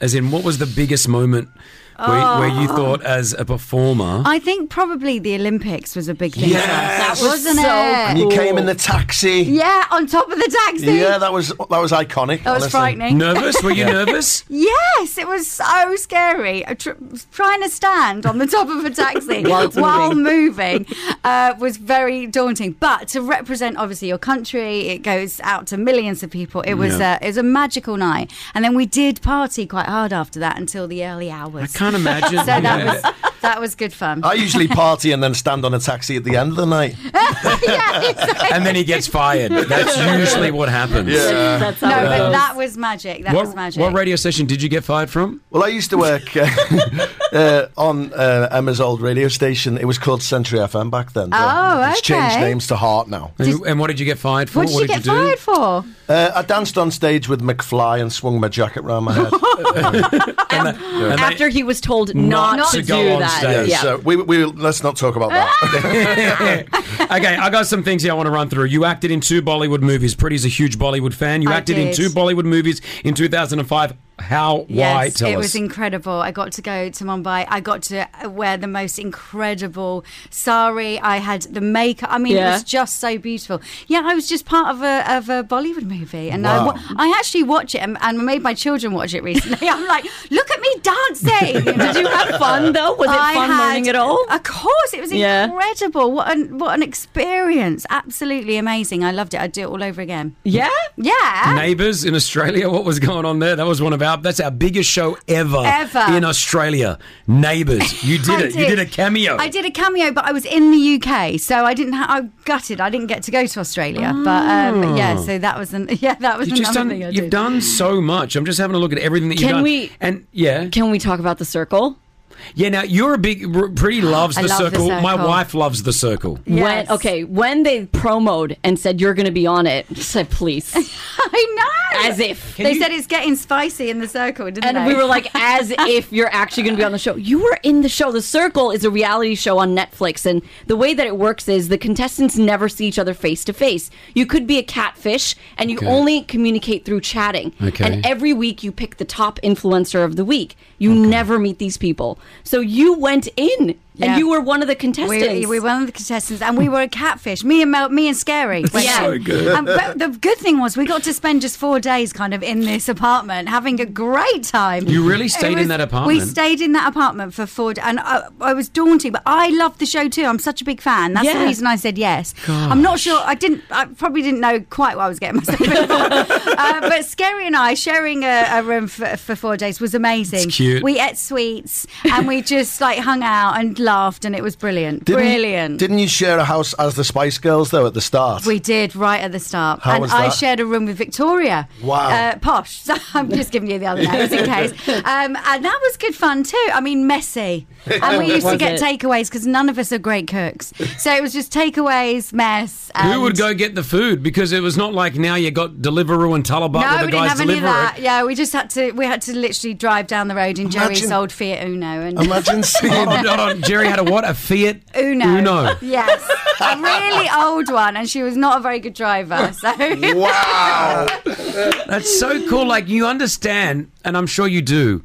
H: As in, what was the biggest moment where, where you
O: Oh.
H: thought as a performer?
O: I think probably the Olympics was a big thing. for us.
S: Yes.
O: That wasn't it?
S: And you came in the taxi.
O: Yeah, on top of the taxi.
S: Yeah, that was that was iconic.
O: That was
S: honestly.
O: frightening. Nervous? Were you
S: Yeah.
H: nervous?
O: Yes, it was so scary. Uh, Tr- trying to stand on the top of a taxi
Q: While
O: while
Q: it's
O: moving uh, was very daunting. But to represent, obviously, your country, it goes out to millions of people. It was
H: Yeah.
O: uh, it was a magical night, and then we did party quite hard after that until the early hours.
H: I can't imagine.
O: uh, so that was
A: That was good fun.
B: I usually party and then stand on a taxi at the end of the night.
H: and then he gets fired. That's usually what happens.
B: Yeah.
A: no,
B: That's
H: how it
A: but
H: goes.
A: that was magic. That
H: what,
A: was magic.
H: what radio station did you get fired from?
B: Well, I used to work uh, uh, on uh, Emma's old radio station. It was called Century FM back then.
A: Oh,
B: It's changed
A: okay.
B: names to Heart now.
H: And, and what did you get fired for?
A: what did you get fired for?
B: Uh, I danced on stage with McFly and swung my jacket round my head. And they-
G: After he was told not, to, do that. Yeah.
B: So we, we, let's not talk about that.
H: okay, I got some things here I want to run through. You acted in two Bollywood movies. Pretty's a huge Bollywood fan. You
A: I
H: acted in
A: did.
H: two Bollywood movies in 2005. How? why?
A: Yes,
H: Tell
A: it
H: us.
A: was incredible. I got to go to Mumbai. I got to wear the most incredible sari. I had the makeup. I mean, it
G: Yeah.
A: was just so beautiful. Yeah, I was just part of a of a Bollywood movie, and I
G: Wow.
A: wa- I, actually watch it, and, and I made my children watch it recently. I'm like, look at me dancing.
G: Did you have fun, though? Was it
A: I
G: fun learning
A: had-
G: it all?
A: Of course, it was
G: Yeah.
A: incredible. What an what an experience! Absolutely amazing. I loved it. I'd do it all over again.
G: Yeah,
A: yeah.
H: Neighbours in Australia. What was going on there? That was one of our. That's our biggest show ever,
A: Ever.
H: in Australia. Neighbours. You did
A: I
H: it. You did a cameo.
A: I did a cameo, but I was in the UK, so I didn't. Ha- I gutted. I didn't get to go to Australia, but, um,
O: Ah.
A: but yeah.
H: Oh.
A: So that was an yeah. That was
H: You've just
A: another
H: done.
A: thing I
H: You've
A: did.
H: done so much. I'm just having a look at everything that you've
G: Can
H: done.
G: we-
H: And yeah.
G: Can we talk about the circle?
H: Yeah. Now you're a big. r- Pretty loves
G: I
H: the,
G: love The
H: circle. My
G: Circle.
H: wife loves the circle.
G: When okay, when they promoed and said you're going to be on it, I said please,
A: I know.
G: As if. Can
A: they
G: you-
A: said it's getting spicy in the circle, didn't
G: and
A: they?
G: we were like, as if you're actually going to be on the show. You were in the show. The Circle is a reality show on Netflix, and the way that it works is the contestants never see each other face to face. You could be a catfish, and you
T: Okay.
G: only communicate through chatting.
T: Okay.
G: And every week you pick the top influencer of the week. You never meet these people, so you went in,
A: Yeah.
G: and you were one of the contestants.
A: We, we were one of the contestants, and we were a catfish. Me and Mel, me and Scary. went
G: so
A: in.
G: good.
A: And, but the good thing was we got to spend just four days, kind of, in this apartment, having a great time.
H: You really
A: It
H: stayed in that
A: We
H: apartment?
A: stayed in that apartment for four, d- and I, I was daunting, but I loved the show too. I'm such a big fan. That's the
G: Yeah.
A: reason I said yes. I'm not sure. I didn't. I probably didn't know quite what I was getting myself in for. uh, but Scary and I sharing a, a room for, for four days was amazing.
H: It's cute.
A: We ate sweets and we just like hung out and laughed, and it was brilliant.
B: Didn't you-
A: brilliant.
B: Didn't you share a house as the Spice Girls, though, at the start?
A: we did right at the start,
B: How
A: and
B: was
A: I
B: that?
A: shared a room with Victoria.
B: Wow.
A: uh, posh! So I'm just giving you the other names in case. Um, and that was good fun too. I mean, messy, and we used to
H: Was
A: get
H: it?
A: takeaways because none of us are great cooks, so it was just takeaways, mess. And
H: Who would go get the food? Because it was not like now you got Deliveroo and Talabat
A: no,
H: where
A: we
H: the
A: didn't
H: guys
A: have any of
H: deliver
A: that.
H: it.
A: Yeah, we just had to. We had to literally drive down the road in Jerry's
H: Imagine-
A: old Fiat Uno and
H: Hold on, hold on. uh, Jerry had a what? A Fiat
A: Uno.
H: Uno.
A: Yes, a really old one, and she was not a very good driver. So
H: Wow. That's so cool. Like you understand, and I'm sure you do,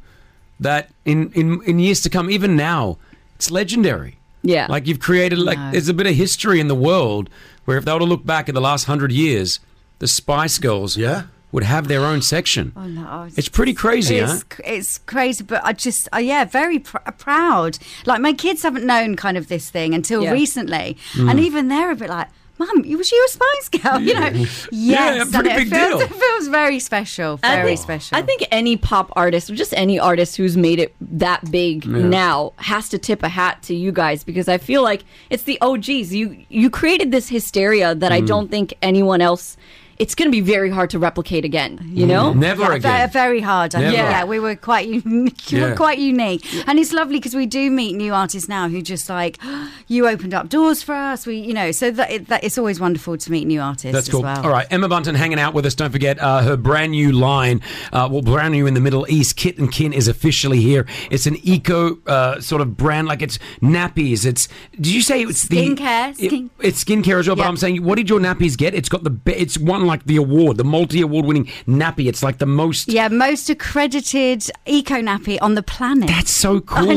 H: that in in, in years to come, even now, it's legendary.
G: Yeah.
H: Like you've created like there's a bit of history in the world where if they were to look back at the last hundred years, the Spice Girls yeah. would have their own section.
A: Oh, no, I was-
H: It's pretty crazy,
A: it's,
H: huh?
A: cr- It's crazy, but I just, uh, yeah, very pr- proud. Like my kids haven't known kind of this thing until
G: Yeah.
A: recently,
H: Mm.
A: and even they're a bit like, "Mum, you was you a Spice Girl?" You know,
G: Yeah.
A: yes,
G: Yeah,
A: and
G: pretty
A: it
G: big
A: feels,
G: deal.
A: It feels very special,
G: I
A: very
G: think-
A: special.
G: I think any pop artist, or just any artist who's made it that big
A: Yeah.
G: now, has to tip a hat to you guys because I feel like it's the OGs. You you created this hysteria that I
H: Mm.
G: don't think anyone else. It's going to be very hard to replicate again. You know,
H: Mm. Never
A: Yeah,
H: again.
A: ve- Very hard. I think.
H: Never.
A: Yeah, we were quite unique. we
H: Yeah.
A: were quite unique, and it's lovely because we do meet new artists now who just like you opened up doors for us. We, you know, so that, that it's always wonderful to meet new artists.
H: That's cool.
A: As well.
H: All right, Emma Bunton hanging out with us. Don't forget uh, her brand new line, uh, well, brand new in the Middle East. Kit and Kin is officially here. It's an eco uh, sort of brand, like it's nappies. It's did you say it's
A: Skincare,
H: the
A: skin-
H: It, it's skincare as well. But I'm saying, what did your nappies get? It's got the be- it's won like the award, the multi award winning nappy. It's like the most.
A: Yeah, most accredited eco nappy on the planet. That's
H: so Cool.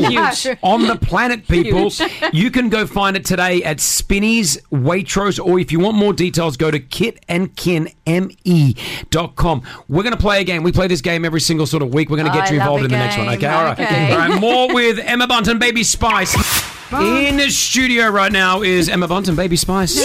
H: On the planet, people. you can go find it today at Spinneys, Waitrose, or if you want more details, go to kitandkinme.com. We're going to play a game. We play this game every single sort of week. We're going to
O: Oh,
H: get
O: I
H: you
O: love
H: involved
O: a
H: in the next one.
O: game.
H: Okay, all right.
O: Okay.
H: All right, more with Emma Bunton, Baby Spice. In the studio right now is Emma Bunton, Baby Spice.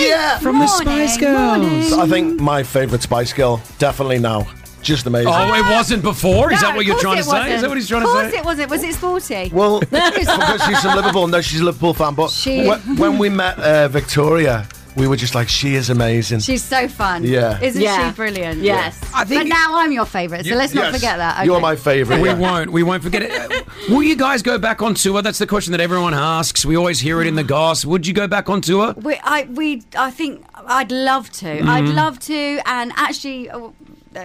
B: Yeah,
H: from the Spice Girls.
B: I think my favourite Spice Girl, definitely now. Just amazing.
H: Oh, it wasn't before? Is
O: No,
H: that what you're
O: of
H: trying
O: course
H: to
O: it
H: say? Is
O: wasn't.
H: that what he's trying to
O: Of
H: say?
O: course it wasn't. Was it sporty?
B: Well, because she's from Liverpool. No, she's a Liverpool fan. But
O: She-
B: wh- when we met uh, Victoria, we were just like, she is amazing.
O: She's so fun.
B: Yeah.
O: Isn't
G: Yeah.
O: she brilliant?
G: Yes.
O: I think but now I'm your favourite, so let's not
H: Yes.
O: forget that. okay?
B: favourite.
H: We
B: yeah.
H: won't. We won't forget it. Uh, Will you guys go back on tour? That's the question that everyone asks. We always hear it in the goss. Would you go back on tour?
O: We, I, we, I think I'd love to.
H: Mhm.
O: I'd love to, and actually, uh,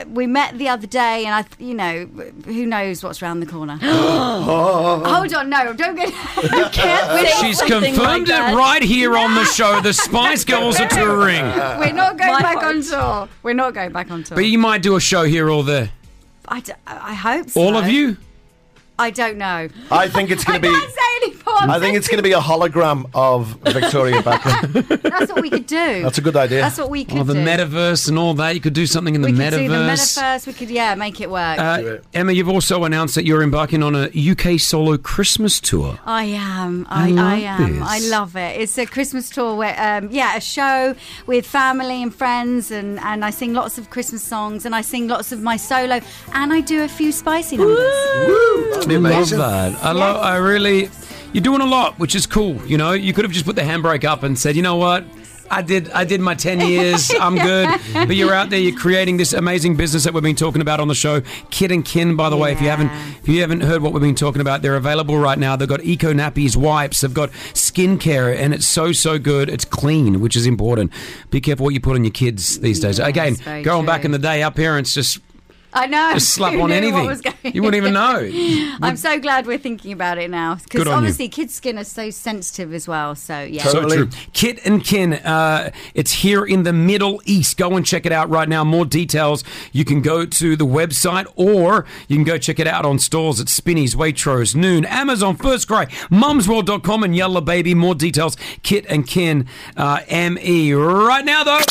O: we met the other day, and I, th- you know, who knows what's around the corner. Hold on, no, don't go. you can't.
H: She's confirmed it right here on the show. The Spice Girls are touring.
O: We're not going back on tour. We're not going back on tour.
H: But you might do a show here or there.
O: I, d- I hope so.
H: All of you?
O: I don't know.
B: I think it's going to be.
O: Say any more.
B: I think it's going to be a hologram of Victoria Beckham.
O: That's what we could do.
B: That's a good idea.
O: That's what we could
H: Or Oh, the
O: do.
H: metaverse and all that. You could do something in the
O: we could do the
H: metaverse.
O: metaverse. We could, yeah, make it work.
H: Uh, Emma, you've also announced that you're embarking on a UK solo Christmas tour.
O: I am.
H: I
O: I, I,
H: like
O: am.
H: this.
O: I love it. It's a Christmas tour where, um, yeah, a show with family and friends, and, and I sing lots of Christmas songs, and I sing lots of my solo, and I do a few spicy numbers.
B: That'd
H: I
B: be
H: love
B: amazing.
H: that. I love. I really. You're doing a lot, which is cool. You know, you could have just put the handbrake up and said, you know what. I did. I did my ten years. I'm good. But you're out there. You're creating this amazing business that we've been talking about on the show, Kid and Kin. By the way, if you haven't, if you haven't heard what we've been talking about, they're available right now. They've got eco nappies, wipes. They've got skincare, and it's so so good. It's clean, which is important. Be careful what you put on your kids these days. Again,
O: very
H: going back in the day, our parents just
O: I know.
H: just slap
O: Who
H: on
O: knew what
H: anything.
O: was going-
H: You wouldn't even know.
O: I'm so glad we're thinking about it now because
H: Good on you.
O: obviously kids' skin is so sensitive as well. So yeah,
H: So true. Kit and Kin, uh, it's here in the Middle East. Go and check it out right now. More details, you can go to the website or you can go check it out on stores at Spinney's, Waitrose, Noon, Amazon, First Cry, mumsworld.com, and Yellow Baby. More details, Kit and Kin, uh, ME. Right now, though.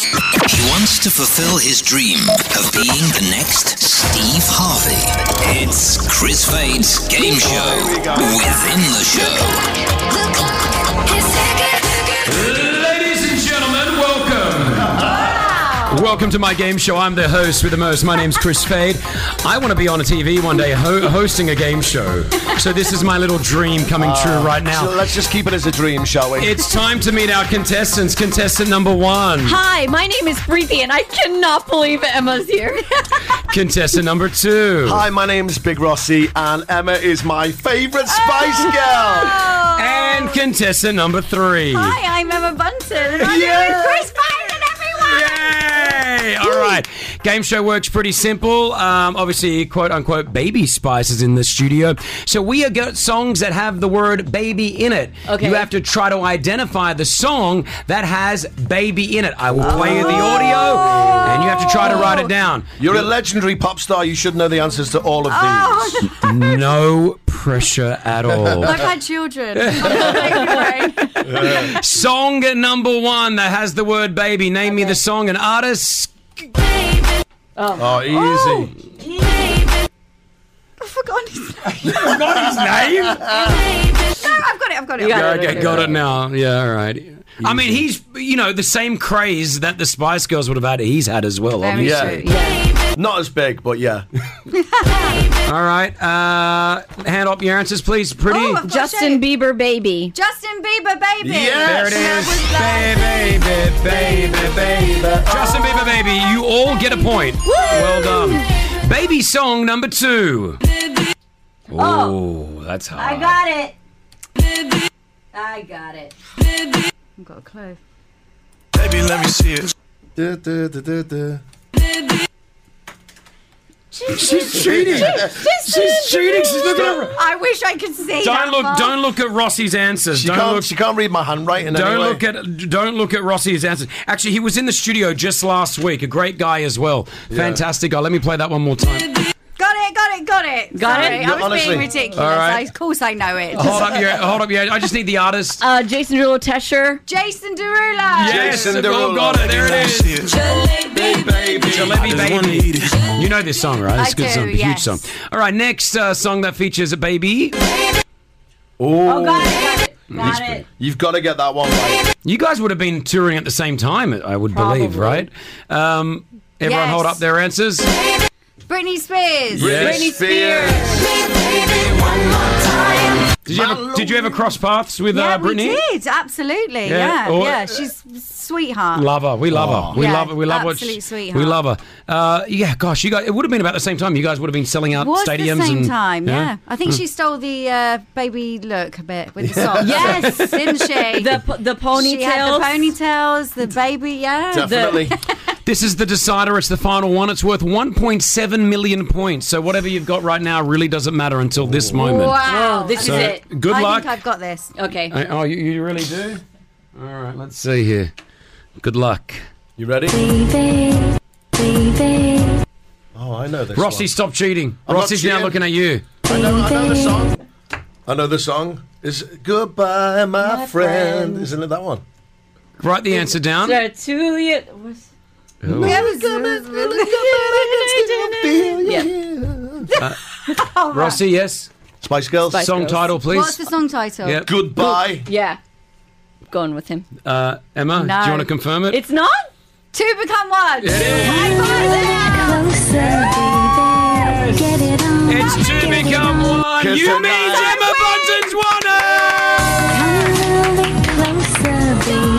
C: He wants to fulfill his dream of being the next Steve Harvey. It's Chris Fade's game show within the show.
H: Ladies and gentlemen, welcome. Welcome to my game show. I'm the host with the most. My name's Chris Fade. I want to be on a TV one day ho- hosting a game show. So this is my little dream coming true right now.
B: Uh, So let's just keep it as a dream, shall we?
H: It's time to meet our contestants. Contestant number one.
G: Hi, my name is Preeti, and I cannot believe Emma's here.
H: Contestant number two.
B: Hi, my name's Big Rossi, and Emma is my
O: Oh,
B: favourite Spice Girl.
G: Oh.
H: And contestant number three.
O: Hi, I'm Emma Bunton. And I'm here
H: Yeah.
O: with Chris Byron, everyone.
H: Yay! All right. Game show works pretty simple. Um, obviously, quote unquote, baby spices in the studio. So we have got songs that have the word baby in it.
G: Okay.
H: You have to try to identify the song that has baby in it. I will play you the audio, and you have to try to write it down.
B: You're a legendary pop star. You should know the answers to all of these.
A: Oh,
O: Oh,
H: No pressure at all.
O: I've had children. I'm not taking away.
H: song number one that has the word baby. Name me the song and artist.
B: Oh, easy.
O: I've forgotten his name.
H: forgot his name?
O: No, I've got it. I've got it. I've
H: Yeah,
O: got
H: okay, got it now. Yeah, all right. I mean, he's you know the same craze that the Spice Girls would have had. He's had as well,
O: Very
H: obviously.
O: true, yeah.
B: Not as big, but yeah.
H: All right, uh, hand up your answers, please, pretty.
O: Oh, I've got
G: Justin
O: shade.
G: Bieber, baby.
O: Justin Bieber, baby.
H: There it is, baby, baby, baby, baby. Justin Bieber, baby. You all get a point. Well done. Baby song number two. Oh, that's hard.
O: I got it. I got it. I've got a clue.
B: Baby, let me see it. Du, du, du, du, du.
H: She's cheating. She's cheating. She's looking at.
O: I wish I could see.
H: Don't
O: that
H: look!
O: far.
H: Don't look at Rossi's answers.
B: She
H: don't
B: can't,
H: look!
B: she can't read my handwriting.
H: Don't
B: anyway.
H: look at! Don't look at Rossi's answers. Actually, he was in the studio just last week. A great guy as well. Fantastic guy. Let me play that one more time.
O: Got it. Got it. Got it.
G: Got
O: Sorry,
G: it?
O: I was
H: Honestly.
O: being ridiculous.
H: All right. Oh.
O: I, of course, I know it.
H: Hold up your. Hold up your. I just need the artist.
G: Uh, Jason Derulo Tesher.
O: Jason Derulo.
H: Yes, we've all got it. There it is.
O: Jalebi,
H: baby. Jalebi baby. You know this song, right?
O: I
H: It's a good
O: do,
H: song. Huge
O: yes.
H: song. All right, next uh, song that features a baby.
B: Oh,
O: Got it.
B: You've got to get that one right.
H: You guys would have been touring at the same time, I would believe, right? Um, everyone,
O: Yes.
H: hold up their answers.
O: Britney Spears.
H: Yes. Britney Spears. Did you, ever, did you ever cross paths with
O: yeah,
H: uh, Brittany?
O: we did. Absolutely.
H: Yeah,
O: Yeah. Yeah.
H: or-
O: She's sweetheart.
H: Love her. We love
B: Oh.
H: her. We
O: Yeah,
H: love her. We love what she,
O: absolute sweetheart.
H: We love her. Uh, yeah, gosh, you guys. It would have been about the same time. You guys would have been selling out
O: was
H: stadiums.
O: the same
H: and,
O: time, yeah. I think
H: Mm.
O: she stole the uh, baby look a bit with the
H: Yeah.
O: socks. yes, didn't she?
G: The p- the
O: She had the ponytails, the baby, yeah.
H: this is the decider. It's the final one. It's worth 1.7 million points. So whatever you've got right now really doesn't matter until this moment.
O: Wow,
H: this is So, it. good
O: I
H: luck.
O: think I've got this.
G: Okay.
H: I- oh, you, you really do? All right, let's see here. Good luck.
B: You ready?
Q: Baby, baby,
B: Oh, I know this.
H: Rossi,
B: one.
H: stop cheating.
B: I'm not
H: Rossi's now
B: cheating.
H: looking at you.
B: I know, I know the song. I know the song. Is goodbye, my,
G: My
B: friend.
G: friend.
B: Isn't it that one?
H: Write the answer down.
G: So to you. what's-
H: Uh, Rossi, yes.
B: Spice Girls.
G: Spice
H: Song
G: Girls.
H: title, please.
O: What's the song title?
H: Yeah. Goodbye.
G: Yeah. Going with him.
H: Uh, Emma, do
G: No.
H: you want to confirm it?
G: It's not?
O: Two become one.
Q: get it on.
H: It's two become one.
Q: Kiss
H: You
Q: and
H: mean Emma Bunton's winner!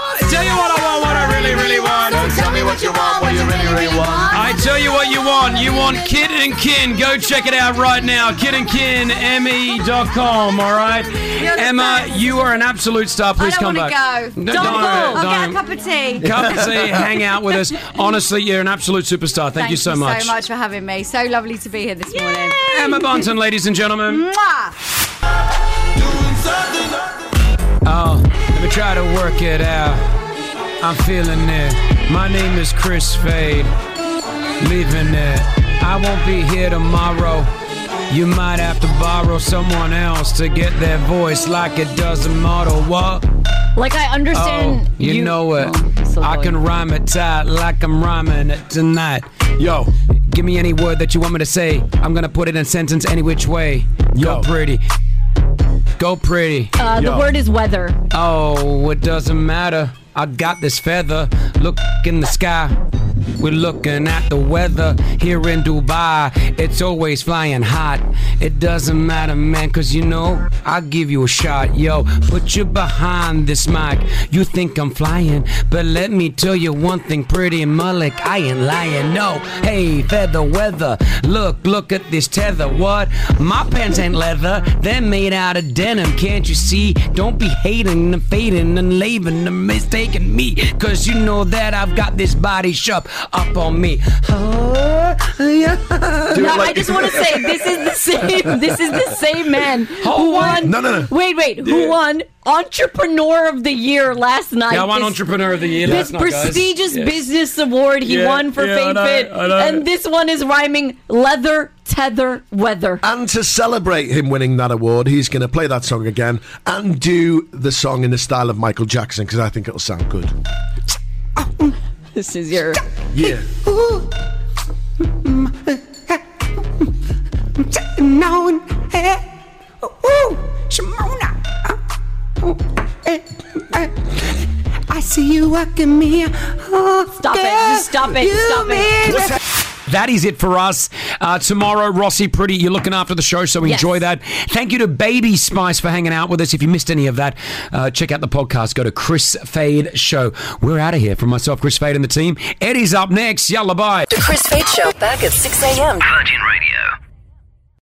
H: I tell you what I want, what I really, really want. Don't tell me what you want, what you really, really want. I tell you what you want. You want Kid and Kin. Go check it out right now. Kid and Kin, ME.com, all right?
O: You're the
H: Emma, you are an absolute star. Please
O: I
H: come
O: don't want
H: back.
O: to go.
H: No,
O: don't
H: don't,
O: go. I'll get a
H: don't.
O: cup of tea.
H: Come and see, hang out with us. Honestly, you're an absolute superstar. Thank, you so much.
O: so much for having me. So lovely to be here this morning.
H: Emma Bunton, ladies and gentlemen.
O: Mwah.
H: Oh, let me try to work it out. I'm feeling it. My name is Chris Fade. Leaving it. I won't be here tomorrow. You might have to borrow someone else to get their voice like it doesn't matter what.
G: Like, I understand.
H: Oh, you, know it. I can rhyme it tight like I'm rhyming it tonight. Yo, give me any word that you want me to say. I'm gonna put it in a sentence any which way. Yo, Go pretty. Go pretty.
G: Uh, the word is weather.
H: Oh, it doesn't matter. I got this feather. Look in the sky. We're looking at the weather here in Dubai. It's always flying hot. It doesn't matter, man, cause you know, I'll give you a shot. Yo, put you behind this mic. You think I'm flying, but let me tell you one thing, pretty mullick. I ain't lying, no. Hey, feather weather. Look, look at this tether. What? My pants ain't leather. They're made out of denim. Can't you see? Don't be hating and fading and laving and mistaking me. Cause you know that I've got this body sharp up on me. Oh, yeah.
G: No, I just want to say this is the same. This is the same man
H: Oh,
G: who
H: what?
G: won.
H: No, no, no.
G: Wait, wait. Who won Entrepreneur of the Year last night?
H: Yeah, I won
G: This-
H: Entrepreneur of the Year
G: This
H: last night, guys.
G: prestigious
H: Yeah.
G: business award he
H: Yeah,
G: won for
H: yeah, I know,
G: FateFit,
H: I know.
G: and this one is rhyming leather, tether, weather.
H: Ah.
B: And to celebrate him winning that award, he's going to play that song again and do the song in the style of Michael Jackson because I think it'll sound good.
G: This is your.
B: Yeah.
Q: Known Ooh, Shimona. I see you walking me.
G: Stop it. Just stop it. Stop it.
H: That is it for us. Uh, tomorrow, Rossi Pretty, you're looking after the show, so
G: Yes.
H: enjoy that. Thank you to Baby Spice for hanging out with us. If you missed any of that, uh, check out the podcast. Go to Chris Fade Show. We're out of here. From myself, Chris Fade, and the team, Eddie's up next. Yalla, bye.
D: The Chris Fade Show back at 6 a.m. Virgin Radio.